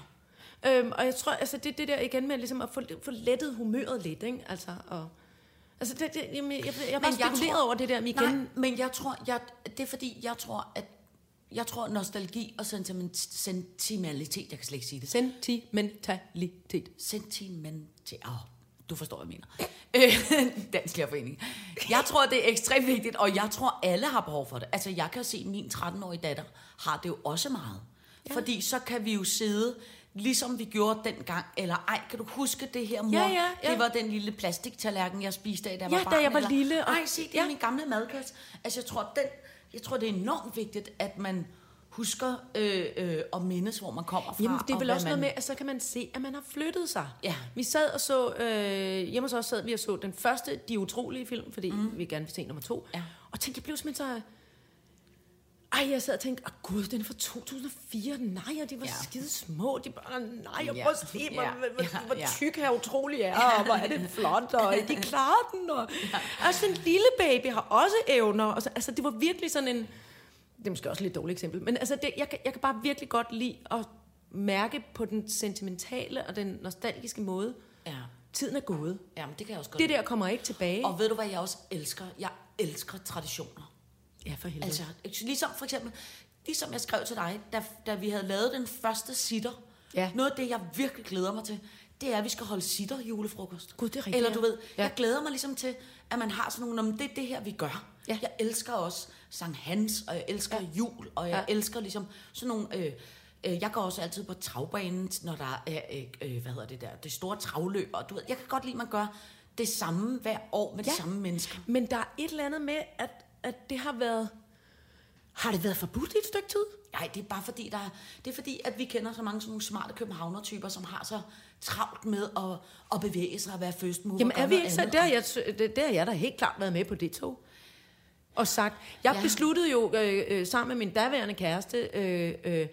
Øhm, og jeg tror, altså det, det der igen med ligesom at få, få lettet humøret lidt, ikke? Altså, og, altså det, det, jamen, jeg, jeg, jeg er bare spekuleret over det der med igen.
Nej, men jeg tror, jeg, det er fordi, jeg tror, at jeg tror, nostalgi og sentiment, sentimentalitet, jeg kan slet ikke sige det,
Sentimentalitet.
sentimentalt. Oh, du forstår, hvad jeg mener. Øh, [LAUGHS] Dansk Lærerforening. Jeg tror, det er ekstremt vigtigt, og jeg tror, alle har behov for det. Altså, jeg kan jo se, at min 13-årige datter har det jo også meget. Ja. Fordi så kan vi jo sidde, ligesom vi gjorde dengang, eller ej, kan du huske det her, mor?
Ja, ja, ja.
Det var den lille plastiktallerken, jeg spiste af, da jeg
Ja,
var
da
barn.
jeg var
eller,
lille, og-
Ej, se, det er
Ja.
ja. min gamle madkasse. Altså, jeg tror, den, jeg tror, det er enormt vigtigt, at man husker øh, øh, og mindes, hvor man kommer fra.
Jamen, det er
og
vel
hvad
også noget
man-
med, at så kan man se, at man har flyttet sig.
Ja.
Vi sad og så, øh, hjemme hos os sad vi og så den første De Utrolige film, fordi mm. vi gerne vil se nummer to.
Ja.
Og tænkte, jeg blev simpelthen så... Ej, jeg sad og tænkte, åh gud, den er fra 2004, nej, og de var ja.
Ja.
skide små, de bare, nej, og
Ja.
prøv at se, hvor,
Ja.
hvor,
Ja.
hvor
Ja.
tyk her utrolig er, og hvor er det flot, og de klarer den, og altså, den lille baby har også evner, og så, altså, det var virkelig sådan en, det er måske også et lidt dårligt eksempel, men altså, det, jeg, kan- jeg kan bare virkelig godt lide at mærke på den sentimentale og den nostalgiske måde,
Ja.
tiden er gået.
Jamen, det kan jeg også godt
Det der kommer ikke tilbage.
Og ved du, hvad jeg også elsker? Jeg elsker traditioner.
ja, for helvede.
Altså, ligesom for eksempel, ligesom jeg skrev til dig, da, da vi havde lavet den første sitter.
Ja.
Noget af det, jeg virkelig glæder mig til, det er, at vi skal holde sitter julefrokost.
Gud, det er rigtigt,
Eller
ja.
du ved,
Ja.
jeg glæder mig ligesom til, at man har sådan nogle, "Nå, men det er det her, vi gør.
Ja.
Jeg elsker også Sankt Hans, og jeg elsker ja. jul, og jeg
Ja.
ja. elsker ligesom sådan nogle... Øh, øh, jeg går også altid på travbanen, når der er, øh, øh, hvad hedder det der, det store travløb, og du ved, jeg kan godt lide, at man gør det samme hver år med ja.
Ja.
de samme mennesker.
Men der er et eller andet med, at, at det har været... Har det været forbudt i et stykke tid?
Nej, det er bare fordi, der er, det er fordi, at vi kender så mange sådan nogle smarte københavner-typer, som har så travlt med at, at bevæge sig og være first mover.
Jamen
og
er
gøre
vi
noget
ikke så?
andet.
Der, har jeg, det- der har jeg da helt klart været med på det tog. Og sagt, jeg ja.
Ja.
besluttede jo øh, øh, sammen med min daværende kæreste øh, øh,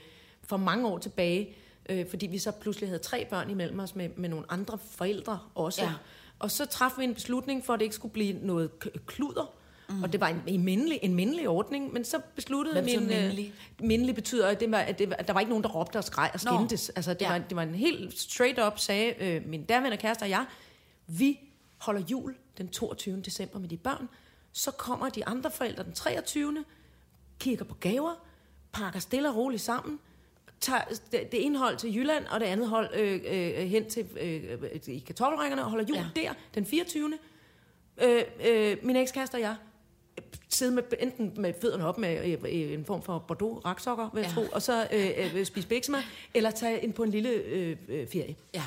for mange år tilbage, øh, fordi vi så pludselig havde tre børn imellem os med, med nogle andre forældre også. Ja.
Ja.
Og så traf vi en beslutning for, at det ikke skulle blive noget k- kluder. Mm. Og det var en, en, mindelig, en mindelig ordning, men så besluttede
Hvad betyder
min... øh,
mindelig?
mindelig betyder, at, det var, at, det var, at der var ikke nogen, der råbte og skreg og
Nå.
skændtes. Altså, det, ja.
Ja.
var, det var en helt straight up, sagde øh, min daværende kæreste og jeg, vi holder jul den 22. december med de børn, så kommer de andre forældre den 23. kigger på gaver, pakker stille og roligt sammen, tager det, det ene hold til Jylland, og det andet hold øh, øh, hen til øh, øh, i kartoffelrækkerne og holder jul ja.
Ja.
der den 24. Øh, øh, min ekskæreste og jeg sidde med, enten med fødderne op med øh, en form for bordeaux raksokker, vil jeg ja.
Ja.
tro, og så øh, øh, spise bæksmad, eller tage ind på en lille øh, øh, ferie.
Ja.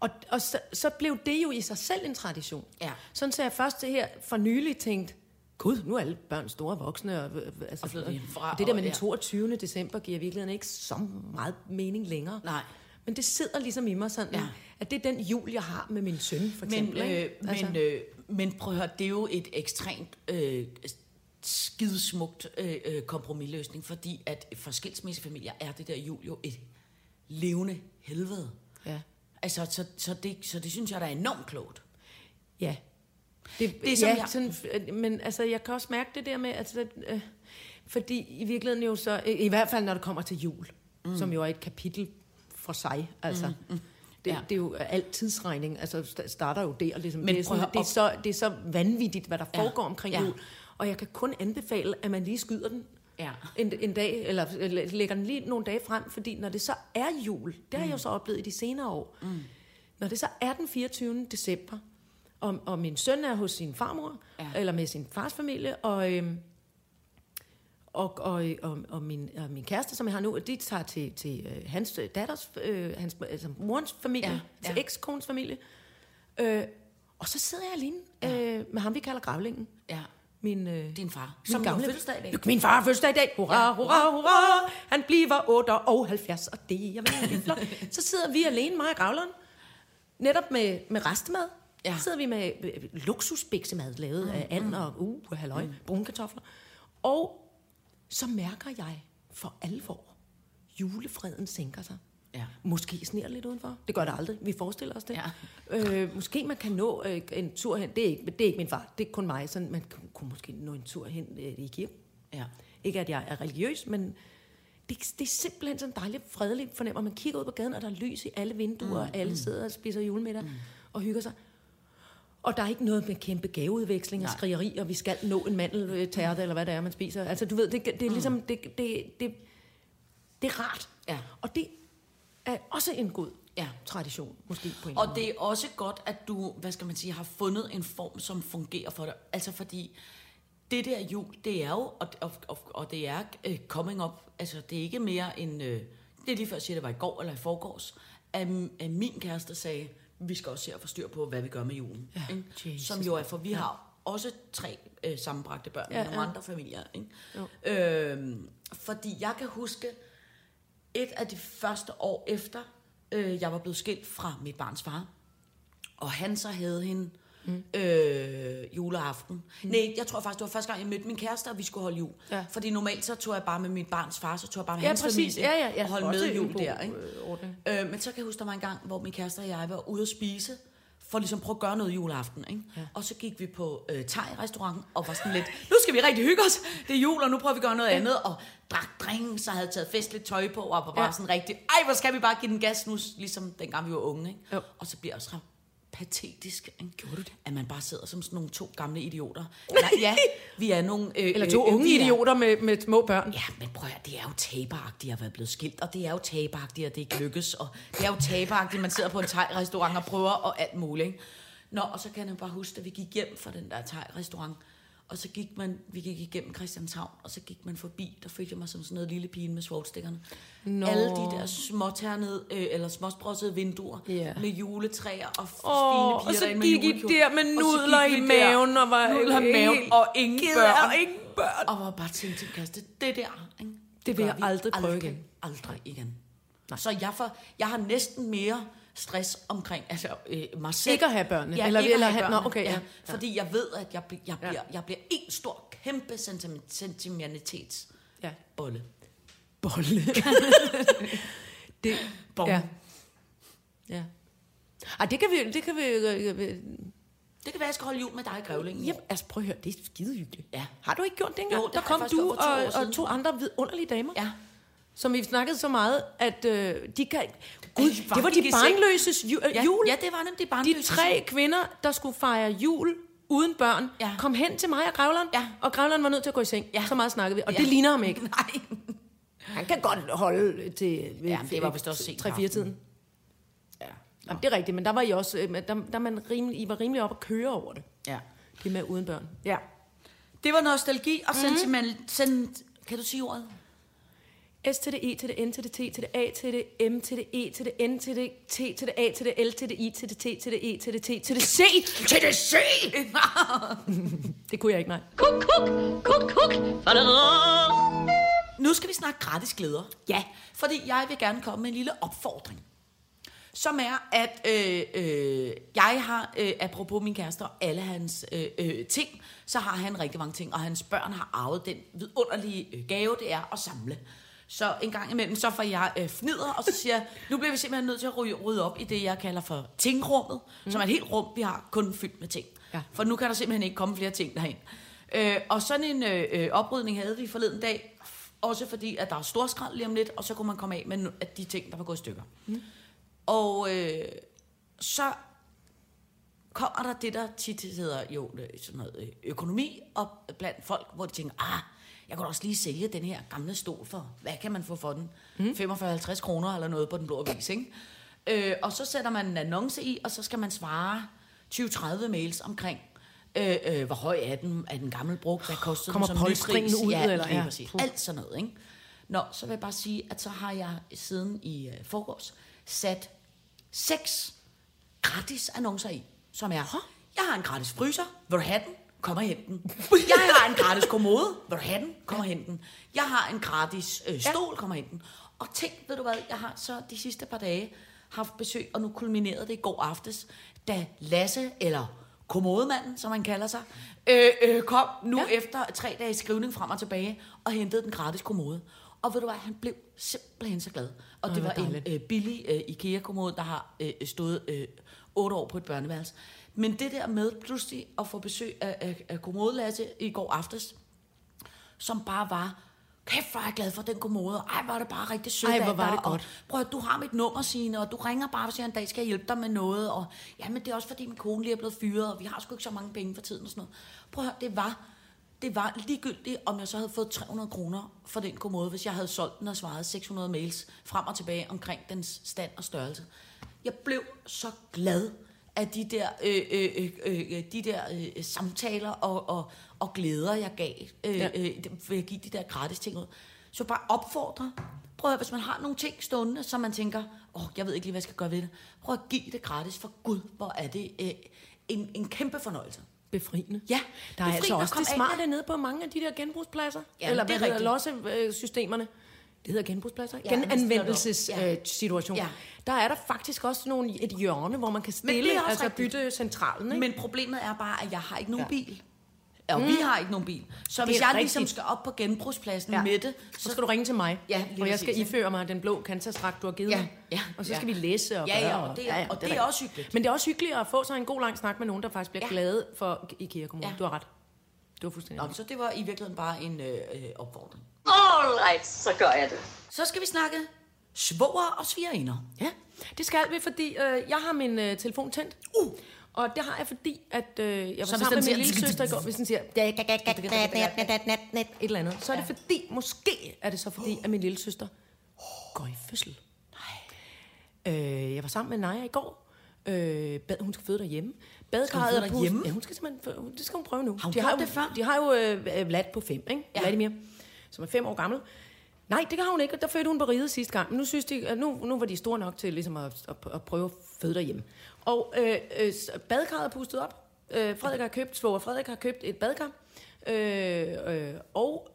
Og, og så, så blev det jo i sig selv en tradition.
Ja.
Sådan så jeg først til her for nylig tænkte, gud, nu er alle børn store og voksne. Og, øh, altså,
Og flyttet hjemmefra,
og det der med
og-
den
ja.
22. december giver i virkeligheden ikke så meget mening længere.
Nej.
Men det sidder ligesom i mig sådan, ja.
Ja.
at det er den jul, jeg har med min søn, for eksempel.
Men, øh,
ikke? Altså,
men, øh, men prøv at høre, det er jo et ekstremt øh, skidesmukt øh, øh, kompromisløsning, fordi at for skilsmissefamilier er det der jul jo et levende helvede.
ja.
Altså, så, så, det, så det synes jeg, der er enormt klogt.
Ja. Det,
Det
det
er,
ja,
som
jeg...
jeg-
sådan, øh, men altså, jeg kan også mærke det der med, altså, øh, fordi i virkeligheden jo så, øh, i, i hvert fald når det kommer til jul, mm. som jo er et kapitel for sig, altså. Mm. Det, ja.
Ja.
det er jo øh, alt tidsregning, altså st- starter jo der. Ligesom.
Men
det, er
prøv at
sådan,
høre,
det, er så, det er så vanvittigt, hvad der
Ja.
foregår omkring
Ja.
jul. Og jeg kan kun anbefale, at man lige skyder den
Ja.
en, en dag, eller eller lægger den lige nogle dage frem, fordi når det så er jul, det har jeg jo så oplevet i de senere år, mm. når det så er den 24. december, og, og min søn er hos sin farmor, ja.
Ja.
eller med sin fars familie, og, øhm, og, og, og, og, min, og min kæreste, som jeg har nu, de tager til, til øh, hans øh, datters, øh, hans, altså morens familie, ja,
Ja,
ja.
ja.
ekskones familie, øh, og så sidder jeg alene øh, med ham, vi kalder gravlingen.
Ja.
Min, øh,
Din far.
min
Som jo har
gamle-
fødselsdag i dag.
Min far har fødselsdag i dag. Hurra,
Ja.
hurra, hurra. Han bliver 78, og det er virkelig flot. Så sidder vi alene, mig og gravleren, netop med, med restemad. Ja.
Ja. Mm,
sidder vi med øh, luksusbiksemad, lavet af and og uh, halløj, brune kartofler. Og så mærker jeg for alvor, julefreden sænker sig.
Ja.
Måske sneer lidt udenfor. Det gør det aldrig. Vi forestiller os det.
Ja.
Øh, måske man kan nå øh, en tur hen. Det er, ikke, det er ikke min far. Det er kun mig. Sådan, man kunne- kunne måske nå en tur hen øh, i kirken.
Ja.
Ikke at jeg er religiøs, men det, det er simpelthen sådan dejligt fredeligt fornemmer. Man kigger ud på gaden, og der er lys i alle vinduer, mm, og alle sidder og spiser julemiddag mm. og hygger sig. Og der er ikke noget med kæmpe gaveudveksling og
Nej.
skrigeri, og vi skal nå en mandeltærte, eller hvad det er, man spiser. Altså, du ved, det, det er
Mm.
ligesom... Det, det, det, det er rart.
Ja.
Og det er også en god
Ja.
tradition, måske på en
Og det er også godt, at du, hvad skal man sige, har fundet en form, som fungerer for dig. Altså fordi, det der jul, det er jo, og, og, og, og det er øh, coming up, altså det er ikke mere end, øh, det er lige før jeg siger, det var i går eller i forgårs, at, at min kæreste sagde, vi skal også se at få styr på, hvad vi gør med julen.
Ja,
ikke?
Jesus.
Som jo er, for vi har også tre øh, sammenbragte børn
Ja,
ja, med nogle
ja.
andre familier. Ikke? Øhm, fordi jeg kan huske, et af de første år efter, øh, jeg var blevet skilt fra mit barns far, og han så havde hende mm. øh, juleaften. Mm. Nej, jeg tror faktisk, det var første gang, jeg mødte min kæreste, og vi skulle holde jul.
Ja.
Ja. Fordi normalt så tog jeg bare med mit barns far, så tog jeg bare med
Ja,
hans
præcis.
familie
Ja, ja, ja.
og holdt
Også
med
en
jul
god,
der. Ikke?
øh, ordning.
Øh, men så kan jeg huske, der var en gang, hvor min kæreste og jeg var ude at spise, for ligesom at prøve at gøre noget juleaften. Ikke?
Ja.
Ja. Og så gik vi på øh, thai-restauranten og var sådan lidt, nu skal vi rigtig hygge os, det er jul, og nu prøver vi at gøre noget andet. Og drak drinks, så havde taget festligt tøj på, og var bare
Ja.
ja. sådan rigtig, ej, hvor skal vi bare give den gas nu, ligesom dengang vi var unge. Ikke?
Jo.
Og så bliver jeg også ret patetisk, ikke? Gjorde du det? at man bare sidder som sådan nogle to gamle
[LAUGHS]
idioter. Eller, ja, vi er nogle... Øh,
Eller to
øh,
unge
vi er-
idioter med, med små børn.
Ja, men prøv at høre, det er jo taberagtigt at være blevet skilt, og det er jo taberagtigt, at det ikke lykkes, og det er jo taberagtigt, at man sidder på en thai-restaurant og prøver og alt muligt. Ikke? Nå, og så kan jeg bare huske, at vi gik hjem fra den der thai-restaurant, og så gik man, vi gik igennem Christianshavn, og så gik man forbi, der følte jeg mig som sådan noget lille pige med svovlstikkerne.
Nå.
Alle de der småternede, øh, eller småsprossede vinduer,
Ja.
med juletræer og f-
Åh,
oh,
og
fine piger
så
derinde
gik I
julekjole.
der med
Og så gik
nudler
vi
i
der.
maven og var
nudler i
helt
maven og ingen
ked af-
børn.
og ingen børn.
Og hvor jeg bare tænkte til Kasper, det, det der, ikke? det,
vil
gør
jeg
vi
aldrig prøve
aldrig,
igen.
Aldrig igen. Nej. Så jeg, får, jeg har næsten mere stress omkring altså, øh, mig selv.
Ikke at have børnene,
Ja,
eller-
eller, ikke
eller
at have
have-
børnene.
nå, okay, ja. Ja.
Fordi jeg ved, at jeg, bl- jeg,
Ja.
bliver, jeg bliver en stor, kæmpe sentiment, sentimentalitetsbolle.
Ja. Bolle.
[LAUGHS]
det,
Bong.
Ja. ja. Ej, det kan vi... Det kan vi øh, øh,
Det kan være, jeg skal holde jul med dig, Grævlingen.
jamen, altså, prøv at høre, det er skide hyggeligt.
Ja.
Har du ikke gjort det engang?
Jo, det
der
har jeg
kom
faktisk
du
gjort for to år
og,
siden.
og to andre vidunderlige damer.
Ja.
som vi snakkede så meget, at øh, de kan... Gud,
de
det var
faktisk
de
i seng.
barnløses ju- øh,
Ja,
jul.
ja, det var nemlig
De
barnløse.
tre kvinder, der skulle fejre jul uden børn,
Ja.
kom hen til mig og Grævleren,
Ja.
og Grævleren var nødt til at gå i seng.
Ja.
Så meget snakkede vi, og
Ja.
det ligner ham ikke.
[LAUGHS] Nej.
Han kan godt holde til
Ja, men det var vist også sent på
3-4 tiden.
Ja.
Jamen, det er rigtigt, men der var I også, øh, der, der er man rimelig, I var rimelig op at køre over det.
ja.
Det med uden børn. Ja.
Det var nostalgi og sentiment... Sent, kan du sige ordet?
S til det E til det N til det T til det A til det M til det E til det N til det T til det A til det L til det I til det T til det E til det T til det C.
Til det se! [LAUGHS]
Det kunne jeg ikke, nej.
Kuk, kuk, kuk, kuk. Fadadadam.
nu skal vi snakke gratis glæder. Ja. Fordi jeg vil gerne komme med en lille opfordring. Som er, at øh, øh, jeg har, øh, apropos min kæreste og alle hans øh, øh, ting, så har han rigtig mange ting, og hans børn har arvet den vidunderlige øh, gave, det er at samle. Så en gang imellem, så får jeg øh, fnider, og så siger [LAUGHS] jeg, nu bliver vi simpelthen nødt til at rydde, rydde op i det, jeg kalder for tingrummet, mm. som er et helt rum, vi har kun fyldt med ting.
Ja.
For nu kan der simpelthen ikke komme flere ting derind. Øh, og sådan en øh, øh, oprydning havde vi forleden dag, også fordi, at der er storskrald lige om lidt, og så kunne man komme af med no- at de ting, der var gået i stykker. Mm. Og øh, så kommer der det, der tit hedder jo, øh, sådan noget øh, økonomi op blandt folk, hvor de tænker, ah, jeg kunne da også lige sælge den her gamle stol for, hvad kan man få for den? Mm. 45-50 kroner eller noget på den blå avis, ikke? Øh, og så sætter man en annonce i, og så skal man svare 20-30 mails omkring, øh, øh, hvor høj er den, er den gammel brugt, hvad koster
Kommer
den som
polstringen
nypris?
ud,
ja,
eller-
lige
ja.
præcis. Alt sådan noget, ikke? Nå, så vil jeg bare sige, at så har jeg siden i øh, forgårs sat seks gratis annoncer i, som er, jeg har en gratis fryser, vil du have den? Kom og hent den. Jeg har en gratis kommode, vil du have den? Kom og hent den. Jeg har en gratis øh, stol, kom og hent den. Og tænk, ved du hvad, jeg har så de sidste par dage haft besøg, og nu kulminerede det i går aftes, da Lasse, eller kommodemanden, som han kalder sig, øh, øh, kom nu ja. efter tre dages skrivning frem og tilbage, og hentede den gratis kommode. Og ved du hvad, han blev simpelthen så glad. Og det
hvor
var en
dejligt.
øh, billig øh, IKEA-kommode, der har øh, stået øh, otte år på et børneværelse. Men det der med pludselig at få besøg af, af, af kommodelasse i går aftes, som bare var, kæft hvor er jeg glad for den kommode, ej hvor er det bare rigtig sødt
Ej, hvor
af
var
dig,
det
og
godt.
prøv at du har mit nummer, Signe, og du ringer bare, hvis jeg en dag skal hjælpe dig med noget, og ja, men det er også fordi min kone lige er blevet fyret, og vi har sgu ikke så mange penge for tiden og sådan noget. Prøv at høre, det var, det var ligegyldigt, om jeg så havde fået 300 kroner for den kommode, hvis jeg havde solgt den og svaret 600 mails frem og tilbage omkring dens stand og størrelse. Jeg blev så glad af de der, øh, øh, øh, øh, de der øh, samtaler og, og, og glæder, jeg gav øh,
Ja.
ja. øh, ved at give de der gratis ting ud. Så bare opfordre. Prøv at, høre, hvis man har nogle ting stående, som man tænker, åh, oh, jeg ved ikke lige, hvad jeg skal gøre ved det. Prøv at give det gratis, for gud, hvor er det øh, en, en kæmpe fornøjelse.
Befriende.
Ja,
Der er
befriende
altså
at
også
komme
det
af med
smarte nede på mange af de der genbrugspladser.
Ja,
eller
det er
hvad hedder
rigtigt.
lossesystemerne. Det hedder genbrugspladser. Ja,
Ja, hvis det er det. Ja.
Genanvendelsessituation. Ja.
Ja.
Der er der faktisk også nogle, et hjørne, hvor man kan
Men det er
stille,
også
altså
rigtigt.
bytte centralen. Ikke?
Men problemet er bare, at jeg har ikke nogen
Ja.
ja. bil. Og mm. vi har ikke nogen bil. Så hvis
er
jeg rigtigt. ligesom
rigtigt.
skal op på genbrugspladsen
Ja.
ja. med det,
så skal du ringe til mig,
Ja, lige
og jeg skal
præcis, ikke?
iføre mig den blå kantasdragt, du har givet
Ja,
mig.
ja,
og så
ja.
skal vi læse og
Ja, ja,
gøre,
og det er- og det er
rigtigt.
også hyggeligt.
Men det er også hyggeligt at få sig en god lang snak med nogen, der faktisk bliver ja.
Ja.
glade for IKEA Kommune. Ja.
Ja.
Du har ret. Du har fuldstændig
Nå,
ret.
så det var i virkeligheden bare en øh, øh, opfordring.
All right, så gør jeg det.
Så skal vi snakke svoger og svigerinder.
Ja, det skal vi, fordi øh, jeg har min øh, telefon tændt. Uh. Og det har jeg, fordi at, øh, jeg var
Så hvis
sammen
den
med min
siger-
lille søster i går. Hvis den siger et eller andet, så er det fordi, måske er det så fordi, at min lille søster går i fødsel. Øh, jeg var sammen med Naja i går. Øh, bad, hun skal føde derhjemme. Badekarret
føde
er på-
derhjemme?
Ja, hun skal simpelthen, fø- det skal hun prøve nu.
Har hun
de, har
gjort
jo,
det før?
de har jo øh, øh, Vlad på fem, ikke?
Ja.
Ja. Vladimir, som er fem år gammel. Nej, det har hun ikke, og der fødte hun på riget sidste gang. Men nu, synes de, at nu, nu var de store nok til ligesom at, at, at prøve at føde derhjemme. Og øh, øh, s- badekarret er pustet op. Øh, Frederik har købt, svoger Frederik har købt et badekar. Øh, øh, og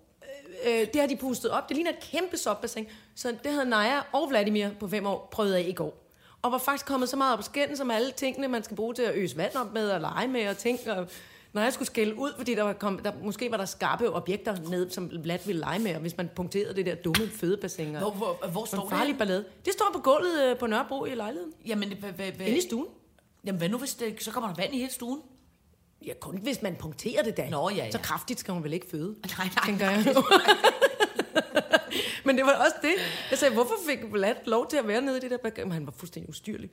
øh, øh, det har de pustet op. Det ligner et kæmpe sopbassin. Så det havde Naja og Vladimir på fem år prøvet af i går. Og var faktisk kommet så meget op skænden, som alle tingene, man skal bruge til at øse vand op med og lege med og ting. Og når jeg skulle skælde ud, fordi der, var kom, der måske var der skarpe objekter ned, som Vlad ville lege med, og hvis man punkterede det der dumme fødebassin. og-
Hvor, hvor, hvor
det var
står
en
det?
farlig
henne?
ballade. Det står på gulvet øh, på Nørrebro i lejligheden.
Jamen, hvad, hvad, hvad,
Inde i stuen.
jamen, hvad nu, hvis det, så kommer der vand i hele stuen? [LAUGHS]
Ja, kun hvis man punkterer det da.
Nå, ja, ja.
Så kraftigt skal hun vel ikke føde.
Nej, nej,
tænker jeg. [LAUGHS] Men det var også det. Jeg sagde, hvorfor fik Vlad lov til at være nede i det der bag- Men han var fuldstændig ustyrlig.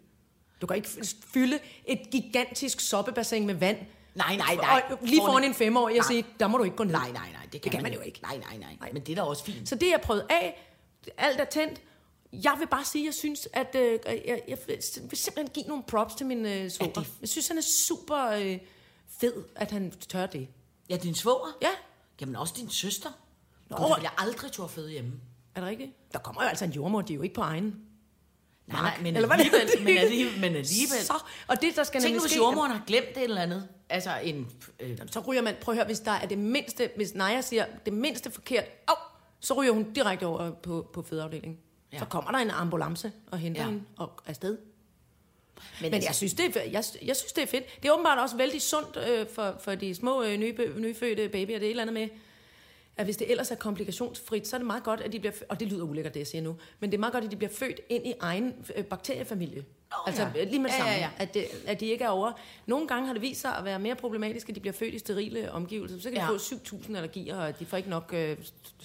Du kan ikke f- fylde et gigantisk soppebassin med vand.
Nej, nej, nej.
Og lige foran
Foran-
en femårig og
Nej.
sige, der må du ikke gå ned.
Nej, nej, nej, det kan,
kan man
jo ikke. Nej, nej, nej, Men det er da også fint.
Så det er prøvet af. Alt er tændt. Jeg vil bare sige, at jeg synes, at øh, jeg, jeg vil simpelthen give nogle props til min øh, svoger.
det-
Jeg synes, han er super øh, fed, at han tør det.
Ja, din svoger?
Ja,
Jamen, også din søster. Nå,
Nå.
Gud, jeg aldrig tør føde hjemme.
er det rigtigt? Der kommer jo altså en jordmor, de er jo ikke på egen.
Nej, nej, men
Eller hvad
alligevel,
[LAUGHS] det?
men alligevel, men alligevel.
Så, og det, der skal
Tænk nu,
nemlig
hvis
ske-
jordmoren har glemt det eller andet. Altså en... Øh,
Så ryger man, prøv at høre, hvis der er det mindste, hvis Naja siger det mindste forkert, au, så ryger hun direkte over på, på fødeafdelingen. Ja.
Ja.
Så kommer der en ambulance og henter ja.
Ja.
hende og afsted.
men, altså-
Men jeg synes, det er, jeg, jeg synes, det er fedt. Det er åbenbart også vældig sundt øh, for, for de små øh, nye, nyfødte babyer. Det er et eller andet med, at hvis det ellers er komplikationsfrit, så er det meget godt, at de bliver... fø- Og det lyder ulækkert, det jeg siger nu. Men det er meget godt, at de bliver født ind i egen øh, bakteriefamilie.
Nå,
altså
ja.
øh, lige med det
Ja,
samme.
ja,
Ja, ja,
ja.
At, det, at de ikke er over. Nogle gange har det vist sig at være mere problematisk, at de bliver født i sterile omgivelser. Så kan ja.
Ja.
de få 7.000 allergier, og de får ikke nok... Øh,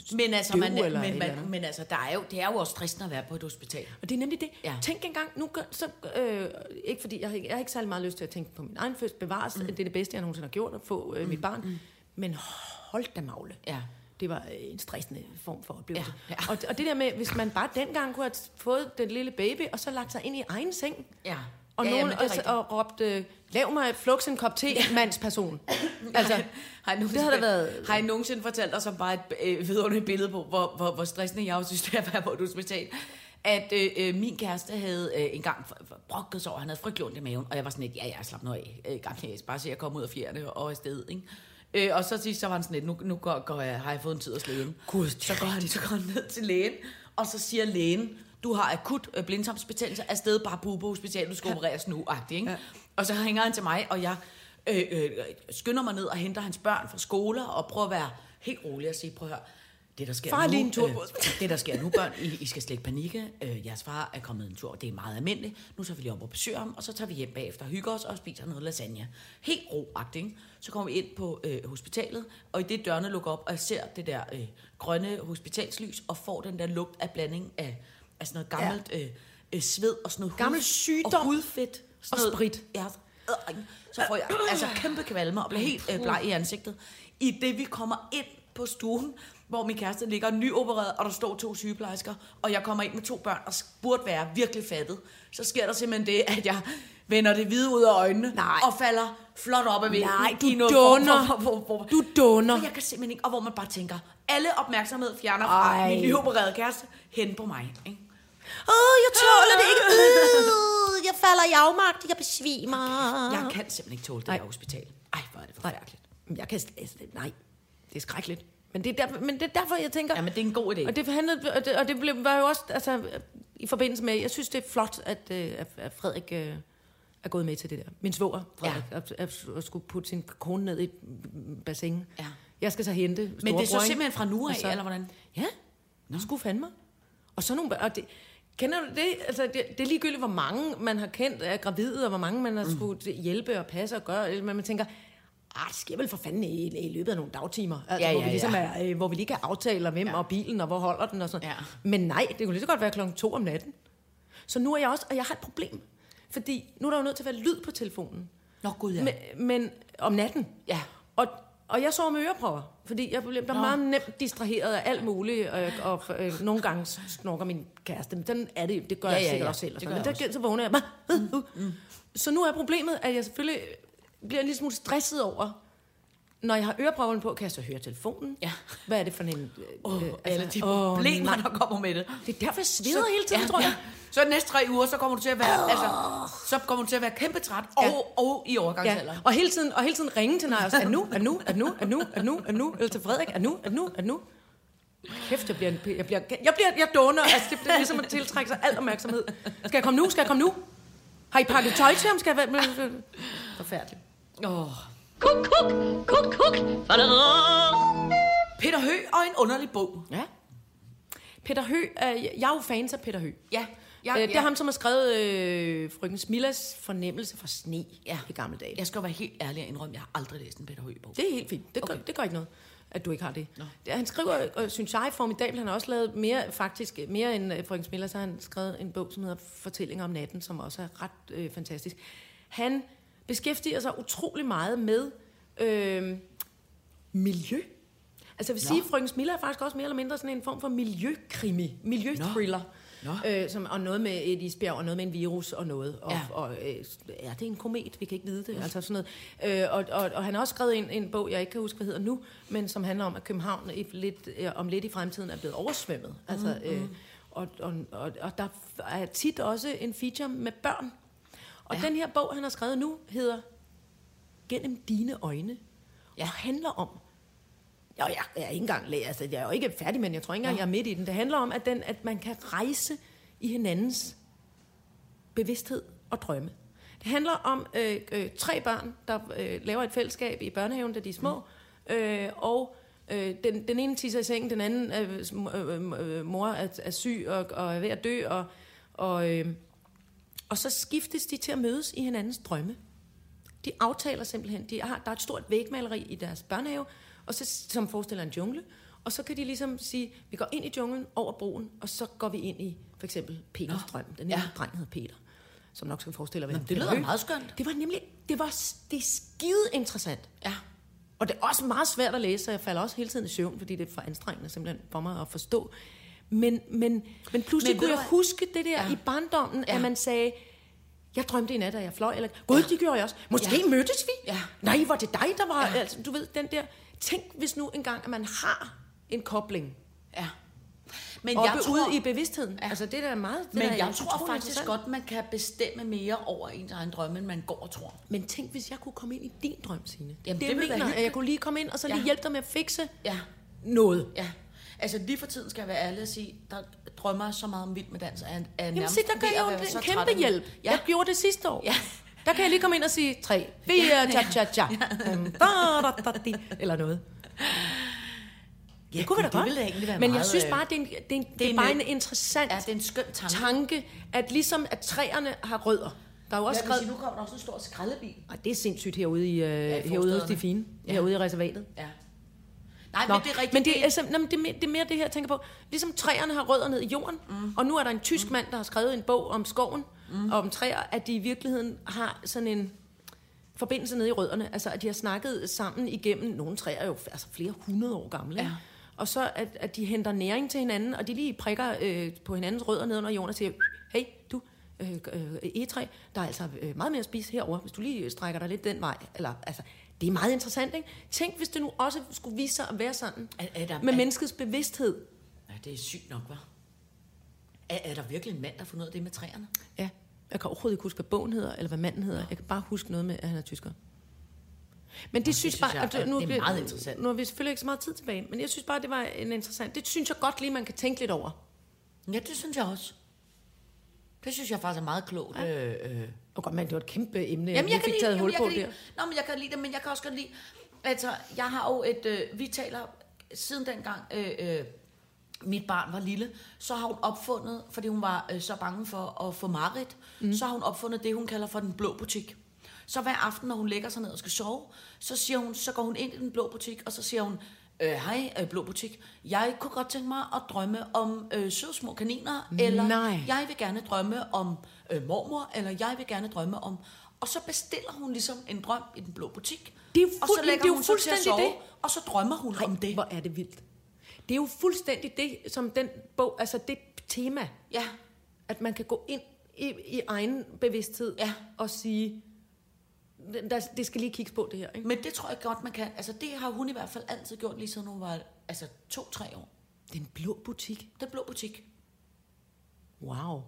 s-
men altså,
døv
man,
eller et
men,
eller andet.
man, men altså, der er jo, det er jo også stressende at være på et hospital.
Og det er nemlig det. Ja.
Ja.
Tænk engang, nu gør, så, øh, ikke fordi jeg, har ikke- jeg har ikke særlig meget lyst til at tænke på min egen fødsel, bevares, mm. det er det bedste, jeg nogensinde har gjort, at få øh, mit barn. Mm. Men hold da magle.
Ja.
Det var øh, en stressende form for oplevelse.
Ja,
Og, og det der med, hvis man bare dengang kunne have fået den lille baby, og så lagt sig ind i egen seng,
Ja.
og,
ja,
ja,
ja,
nogen, altså,
men det er
og,
rigtigt.
og råbte, lav mig flugs en kop te, ja. mandsperson.
Altså, [LAUGHS]
Altså,
har jeg
det
nogensinde,
har da været-
Har jeg nogensinde fortalt dig som bare et øh, vidunderligt billede på, hvor, hvor, hvor stressende jeg også synes, det er [LAUGHS] at være på et hospital? At øh, øh, min kæreste havde øh, engang f- f- brokket sig over, han havde frygtelig ondt i maven, og jeg var sådan lidt, ja, ja, slap nu af, øh, gamle æs, bare se, jeg kommer ud af fjerne og afsted, ikke? Øh, og så sidst, så var han sådan lidt, nu, nu går, går jeg, har jeg fået en tid at slå hjem. Gud, så går, han, så går han ned til lægen, og så siger lægen, du har akut øh, blindtarmsbetændelse, afsted bare på på hospital, du skal opereres nu, agtig, ikke? Ja. Og så ringer han til mig, og jeg øh, øh, skynder mig ned og henter hans børn fra skoler, og prøver at være helt rolig og sige, prøv at høre, det der sker
Far,
nu,
lige en tur på
øh, det der sker nu, børn, I, I skal slet ikke panikke. Øh, jeres far er kommet en tur, det er meget almindeligt. Nu tager vi lige op og besøger ham, og så tager vi hjem bagefter, hygger os og spiser noget lasagne. Helt roagtigt, ikke? Så kommer vi ind på øh, hospitalet, og i det dørene lukker op, og jeg ser det der øh, grønne hospitalslys, og får den der lugt af blanding af, af sådan noget gammelt ja. øh, øh, sved og sådan noget
Gammel
hud-
sygdom
og hudfedt.
og
noget-
sprit.
Ja, øh, så får jeg altså kæmpe kvalme og bliver helt øh, bleg i ansigtet. I det vi kommer ind på stuen, hvor min kæreste ligger nyopereret, og der står to sygeplejersker, og jeg kommer ind med to børn, og s- burde være virkelig fattet, så sker der simpelthen det, at jeg vender det hvide ud af øjnene,
Nej.
og falder flot op ad væggen.
Nej, du
i noget form for-
dunder.
for- for- for-
Du dunder.
For jeg kan simpelthen ikke, og hvor man bare tænker, alle opmærksomhed fjerner fra
Ej.
min nyopererede kæreste hen på mig. Ikke?
Åh, jeg tåler det ikke. Øh, jeg falder i afmagt, jeg besvimer.
Jeg kan simpelthen ikke tåle det
Nej.
der hospital. Ej, hvor er det forfærdeligt.
Nej, jeg kan slet altså, det- nej. Det er skrækkeligt. Men det er, der, men det er derfor, jeg tænker...
Ja, men det er en god idé.
Og det, handlede, og det, og det blev, var jo også altså, i forbindelse med... Jeg synes, det er flot, at, øh, at- at Frederik øh, er gået med til det der. Min svoger, Frederik, ja. at, at, at skulle putte sin kone ned i et bassin.
Ja.
Jeg skal så hente
Men det er så
storebror, ikke? Altså-
simpelthen fra nu af,
Og så-
eller hvordan?
Ja, Nå. skulle fandme. Og så nogle børn. Og det, kender du det? Altså, det, det er ligegyldigt, hvor mange man har kendt af gravide, og hvor mange man har mm. skulle hjælpe og passe og gøre. Men man tænker, ah, det sker vel for fanden i, i løbet af nogle dagtimer. Altså,
Ja,
hvor,
ja,
vi ligesom
ja.
er, øh, hvor vi lige kan aftale, og hvem ja.
Ja.
og bilen, og hvor holder den og sådan
Ja.
Men nej, det kunne lige så godt være klokken to om natten. Så nu er jeg også, og jeg har et problem. Fordi nu er der jo nødt til at være lyd på telefonen.
Nå gud, ja.
Men, men om natten.
Ja.
Og, og jeg sover med øreprøver, fordi jeg bliver Nå.
Nå.
meget nemt distraheret af alt muligt, og, og øh, nogle gange snorker min kæreste, men den er det, det gør ja, jeg
ja,
sikkert
ja.
også selv. og
Det
sådan noget.
gør
Men der, så vågner jeg bare. [LAUGHS] uh,
mm.
Mm. Så nu er problemet, at jeg selvfølgelig bliver en lille smule stresset over, Når jeg har ørepropperne på, kan jeg så høre telefonen.
Ja.
Hvad er det for en... altså,
Åh, øh, alle de
åh,
problemer,
nej.
der kommer med det.
Det er derfor, jeg sveder hele tiden,
ja,
tror jeg.
Ja. Så de næste tre uger, så kommer du til at være, altså, så kommer du til at være kæmpe træt og,
Ja.
og i overgangsalderen.
Ja, og hele tiden, og hele tiden ringe til Najas, er nu, er nu, er nu, er nu, er nu, er nu, eller til Frederik, er nu, er nu, er nu. Kæft, jeg bliver, en, jeg bliver, jeg bliver, jeg dåner, altså det, det er ligesom at tiltrække sig al opmærksomhed. Skal jeg komme nu, skal jeg komme nu? Har I pakket tøj til ham? Skal jeg være... Forfærdeligt.
Ja. Oh.
Kuk, kuk, kuk, kuk. Fadadadam.
Peter Hø og en underlig bog.
Ja. Peter Hø, øh, jeg jeg er jo fans af Peter Hø.
Ja.
Ja,
Jeg,
øh, det er
jeg,
ham, som har skrevet øh, frygten Smillas fornemmelse fra sne ja.
Ja.
i gamle dage.
jeg skal jo være helt ærlig og indrømme, jeg har aldrig læst en Peter Hø-bog.
Det er helt fint. Det, okay. gør, det gør ikke noget, at du ikke har det. No. Han skriver, og synes jeg, formidabel. Han har også lavet mere, faktisk, mere end øh, Frøken Smiller, så har han skrevet en bog, som hedder Fortællinger om natten, som også er ret øh, fantastisk. Han beskæftiger sig utrolig meget med øh, miljø. Altså jeg vil sige, at Frøken Smiller er faktisk også mere eller mindre sådan en form for miljøkrimi, miljøthriller.
Nå.
Øh, som, og noget med et isbjerg, og noget med en virus, og noget. Og,
Ja.
og øh, er det en komet? Vi kan ikke vide det. Altså sådan noget. Øh, og, og, og han har også skrevet en, en bog, jeg ikke kan huske, hvad hedder nu, men som handler om, at København i lidt, øh, om lidt i fremtiden er blevet oversvømmet. Altså, øh, og, og, og, og der er tit også en feature med børn. Og ja. den her bog, han har skrevet nu, hedder Gennem dine øjne. Ja. Og handler om, jo, jeg, jeg er ikke engang læ- altså, jeg er jo ikke færdig, men jeg tror ikke engang, jeg er midt i den. Det handler om, at, den, at man kan rejse i hinandens bevidsthed og drømme. Det handler om øh, øh, tre børn, der øh, laver et fællesskab i børnehaven, da de er små, øh, og øh, den, den ene tisser i sengen, den anden øh, sm- øh, øh, mor er, er syg og, og er ved at dø, og, og, øh, og så skiftes de til at mødes i hinandens drømme. De aftaler simpelthen, de har, der er et stort vægmaleri i deres børnehave, og så, som forestiller en jungle, og så kan de ligesom sige, vi går ind i junglen over broen, og så går vi ind i for eksempel Peters drøm. Den lille ja. dreng hedder Peter, som nok skal forestille at være.
det
en
lyder
hø.
meget skønt.
Det var nemlig, det var s- det er skide interessant.
Ja.
Og det er også meget svært at læse, og jeg falder også hele tiden i søvn, fordi det er for anstrengende simpelthen for mig at forstå. Men, men,
Men ved
men pludselig men,
du
kunne jeg
hvad?
huske det der ja. i barndommen, ja.
Ja.
at man sagde, jeg drømte i nat, at jeg fløj, eller gud, det gjorde jeg også. Måske
Ja.
ja. mødtes vi?
Ja.
Nej, var det dig, der var... Ja. Altså, du ved, den der... Tænk, hvis nu engang, at man har en kobling
ja. Men
oppe
jeg tror,
ude i bevidstheden. Ja. Altså, det der er meget... Det
men
der er
jeg, jeg
utrolig
tror faktisk
interessant.
godt, man kan bestemme mere over ens egen drømme, end man går og tror.
Men tænk, hvis jeg kunne komme ind i din drøm, Signe.
Jamen,
det,
det ville
det
være
mener, jeg, at jeg
hyggeligt.
kunne lige komme ind og så lige
Ja.
ja. hjælpe dig med at fikse
Ja.
noget.
Ja, altså lige for tiden skal jeg være ærlig og sige, der drømmer jeg så meget om vild med dans, at jeg er
Jamen
nærmest
se, der
ved at
gør
være
jeg
så
jo en
træt af
kæmpe
det.
hjælp. Ja.
Ja,
Jeg gjorde det sidste år.
Ja.
Der kan jeg lige komme ind og sige tre, fire, tja, tja, tja. Bum, da, da, da, di. Eller noget. Ja, det kunne være da
det
godt.
ville da egentlig være
Men jeg
meget,
synes
øh,
bare, det er, en, det er, en, det er
en,
bare
øh,
en interessant
ja, det er en skøn tanke.
tanke, at ligesom at træerne har rødder. Der er jo også
Jeg vil sige,
skrevet...
nu kommer der også en stor skraldebil.
Ej, det er sindssygt herude i, øh, herude hos
forstederne.
de fine. Herude i reservatet.
Ja. Nej,
Nå,
men det er rigtigt.
men det, er, altså, nej, men det, er mere- det er mere det her, jeg tænker på. Ligesom træerne har rødder ned i jorden, mm. og nu er der en tysk mand, der har skrevet en bog om skoven mm. og om træer, at de i virkeligheden har sådan en forbindelse nede i rødderne. Altså, at de har snakket sammen igennem nogle træer, er jo f- altså, flere hundrede år gamle. ikke?
Ja.
Og så, at, at de henter næring til hinanden, og de lige prikker øh, på hinandens rødder ned under jorden og siger, hey, du, øh, øh, egetræ, der er altså øh, meget mere at spise herover, hvis du lige strækker dig lidt den vej. Eller, altså, det er meget interessant, ikke? Tænk, hvis det nu også skulle vise sig at være sådan,
Er- er der-
med
er-
menneskets bevidsthed.
Ja, det er sygt nok, hva'? Er, er der virkelig en mand, der har fundet ud af det med træerne?
Ja, jeg kan overhovedet ikke huske, hvad bogen hedder, eller hvad manden hedder. Jeg kan bare huske noget med, at han er tysker. Men det, synes,
synes
bare,
jeg,
at
at
nu,
det er
vi-
meget interessant.
Nu har vi selvfølgelig ikke så meget tid tilbage, men jeg synes bare, det var en interessant... Det synes jeg godt lige, man kan tænke lidt over.
Ja, det synes jeg også. Det synes jeg faktisk er meget klogt. Ja. Øh,
Og godt, men det var et kæmpe emne,
Jamen,
lige
jeg kan
fik
lide,
taget
jamen,
hul
jeg
på
kan lide,
der.
Nå, men jeg kan lide det, men jeg kan også godt lide... Altså, jeg har jo et... Øh, vi taler siden dengang... Øh, øh, mit barn var lille, så har hun opfundet, fordi hun var øh, så bange for at få mareridt, mm. så har hun opfundet det, hun kalder for den blå butik. Så hver aften, når hun lægger sig ned og skal sove, så, siger hun, så går hun ind i den blå butik, og så siger hun, øh, hej, øh, blå butik, jeg kunne godt tænke mig at drømme om øh, søde små kaniner, eller
Nej.
jeg vil gerne drømme om øh, mormor, eller jeg vil gerne drømme om... Og så bestiller hun ligesom en drøm i den blå butik,
Det er jo
og så
fuld-
lægger
det er jo
hun sig til at
fuldstændig
sove,
det.
og så drømmer hun Ej, om det.
Hvor er det vildt. Det er jo fuldstændig det, som den bog... Altså det tema,
Ja.
at man kan gå ind i, i egen bevidsthed
Ja.
og sige, Der, det skal lige kigges på, det her, ikke?
Men det tror jeg godt, man kan. Altså, det har hun i hvert fald altid gjort, lige siden hun var altså, to-tre år.
Den blå butik.
Den blå butik.
Wow.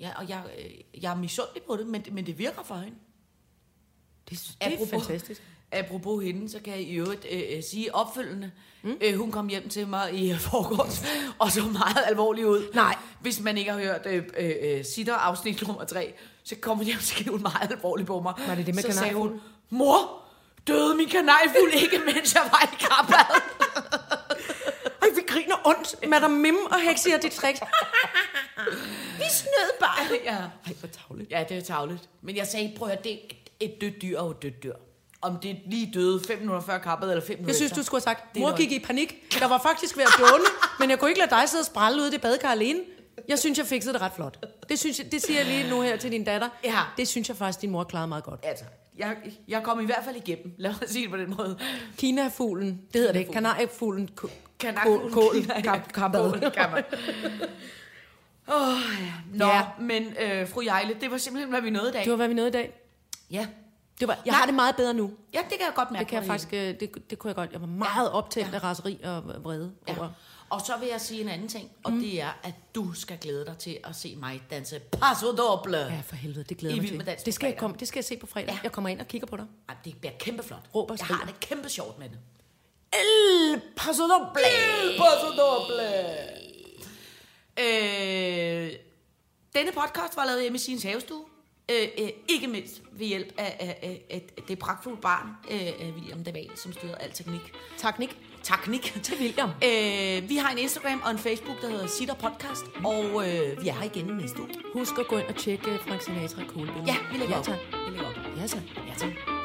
Ja, og jeg, øh, jeg er misundelig på det, men, men det virker for hende.
Det, det er fantastisk.
Apropos hende, så kan jeg i øvrigt øh, øh, sige opfølgende. Mm. Øh, hun kom hjem til mig i øh, forgårs og så meget alvorlig ud.
Nej.
Hvis man ikke har hørt øh, øh, øh, Sitter afsnit nummer 3, så kom hun hjem, så kiggede hun meget alvorligt på mig.
Var det det
Så
med
sagde
kanariefuglen?
hun, mor, døde min kanariefugl ikke, mens jeg var i karbadet?
Ej, vi griner ondt. Madame Mim og Hexi og dit tricks.
Vi snød bare. ja.
Ej, hvor tavligt.
Ja, det er tavligt. Men jeg sagde, prøv at høre, det er et- et dødt dyr og et dødt dyr. Om det lige døde fem minutter før kappet eller fem minutter
Jeg synes,
efter.
du skulle have sagt,
Det er
mor
løgn.
gik i panik. Jeg var faktisk ved at dåne, men jeg kunne ikke lade dig sidde og sprælle ud i det badekar alene. Jeg synes, jeg fikset det ret flot. Det, synes jeg, det siger jeg lige nu her til din datter.
Ja.
Det synes jeg faktisk, din mor klarede meget godt.
Altså, jeg, jeg kom i hvert fald igennem. Lad mig sige det på den måde.
Kinafuglen, det hedder det ikke. Kanariefuglen. K-
Kanariefuglen,
Kål.
Kina-
kap- kappad.
Kål, kappad. Åh, oh, ja. Nå,
Ja.
ja. men øh, fru Jejle, det var simpelthen, hvad vi nåede i dag.
Det var, hvad vi nåede i dag.
Ja.
Det var, jeg
Nej.
har det meget bedre nu.
ja, det kan jeg godt mærke.
Det kan jeg
på det
faktisk, øh, det, det kunne jeg godt. Jeg var meget optaget
Ja.
af raseri og vrede
hele. Ja.
over.
Og så vil jeg sige en anden ting, og mm. det er, at du skal glæde dig til at se mig danse Paso Doble.
Ja, for helvede, det glæder
I
jeg
Vild med
mig
Dans på
til. Det skal, jeg
fredag.
komme, det skal jeg se på fredag.
Ja.
Ja. Jeg kommer ind og kigger på dig.
Ej, det bliver kæmpe flot.
Råb og
jeg har
skrig.
det kæmpe sjovt med det.
El Paso Doble!
Paso doble. Øh, denne podcast var lavet hjemme i Sines havestue. Øh, øh, ikke mindst ved hjælp af, af, af, af det pragtfulde barn, øh, af William Daval, som styrede al teknik.
Tak, Nick. [LAUGHS]
Teknik
Til William.
Øh, vi har en Instagram og en Facebook, der hedder Sitter Podcast, og øh, vi er her igen næste uge.
Husk at gå ind og tjekke øh, Frank Sinatra Cool.
Ja, vi lægger
ja,
op.
tak.
Vi lægger op.
Ja, tak.
Ja, tak.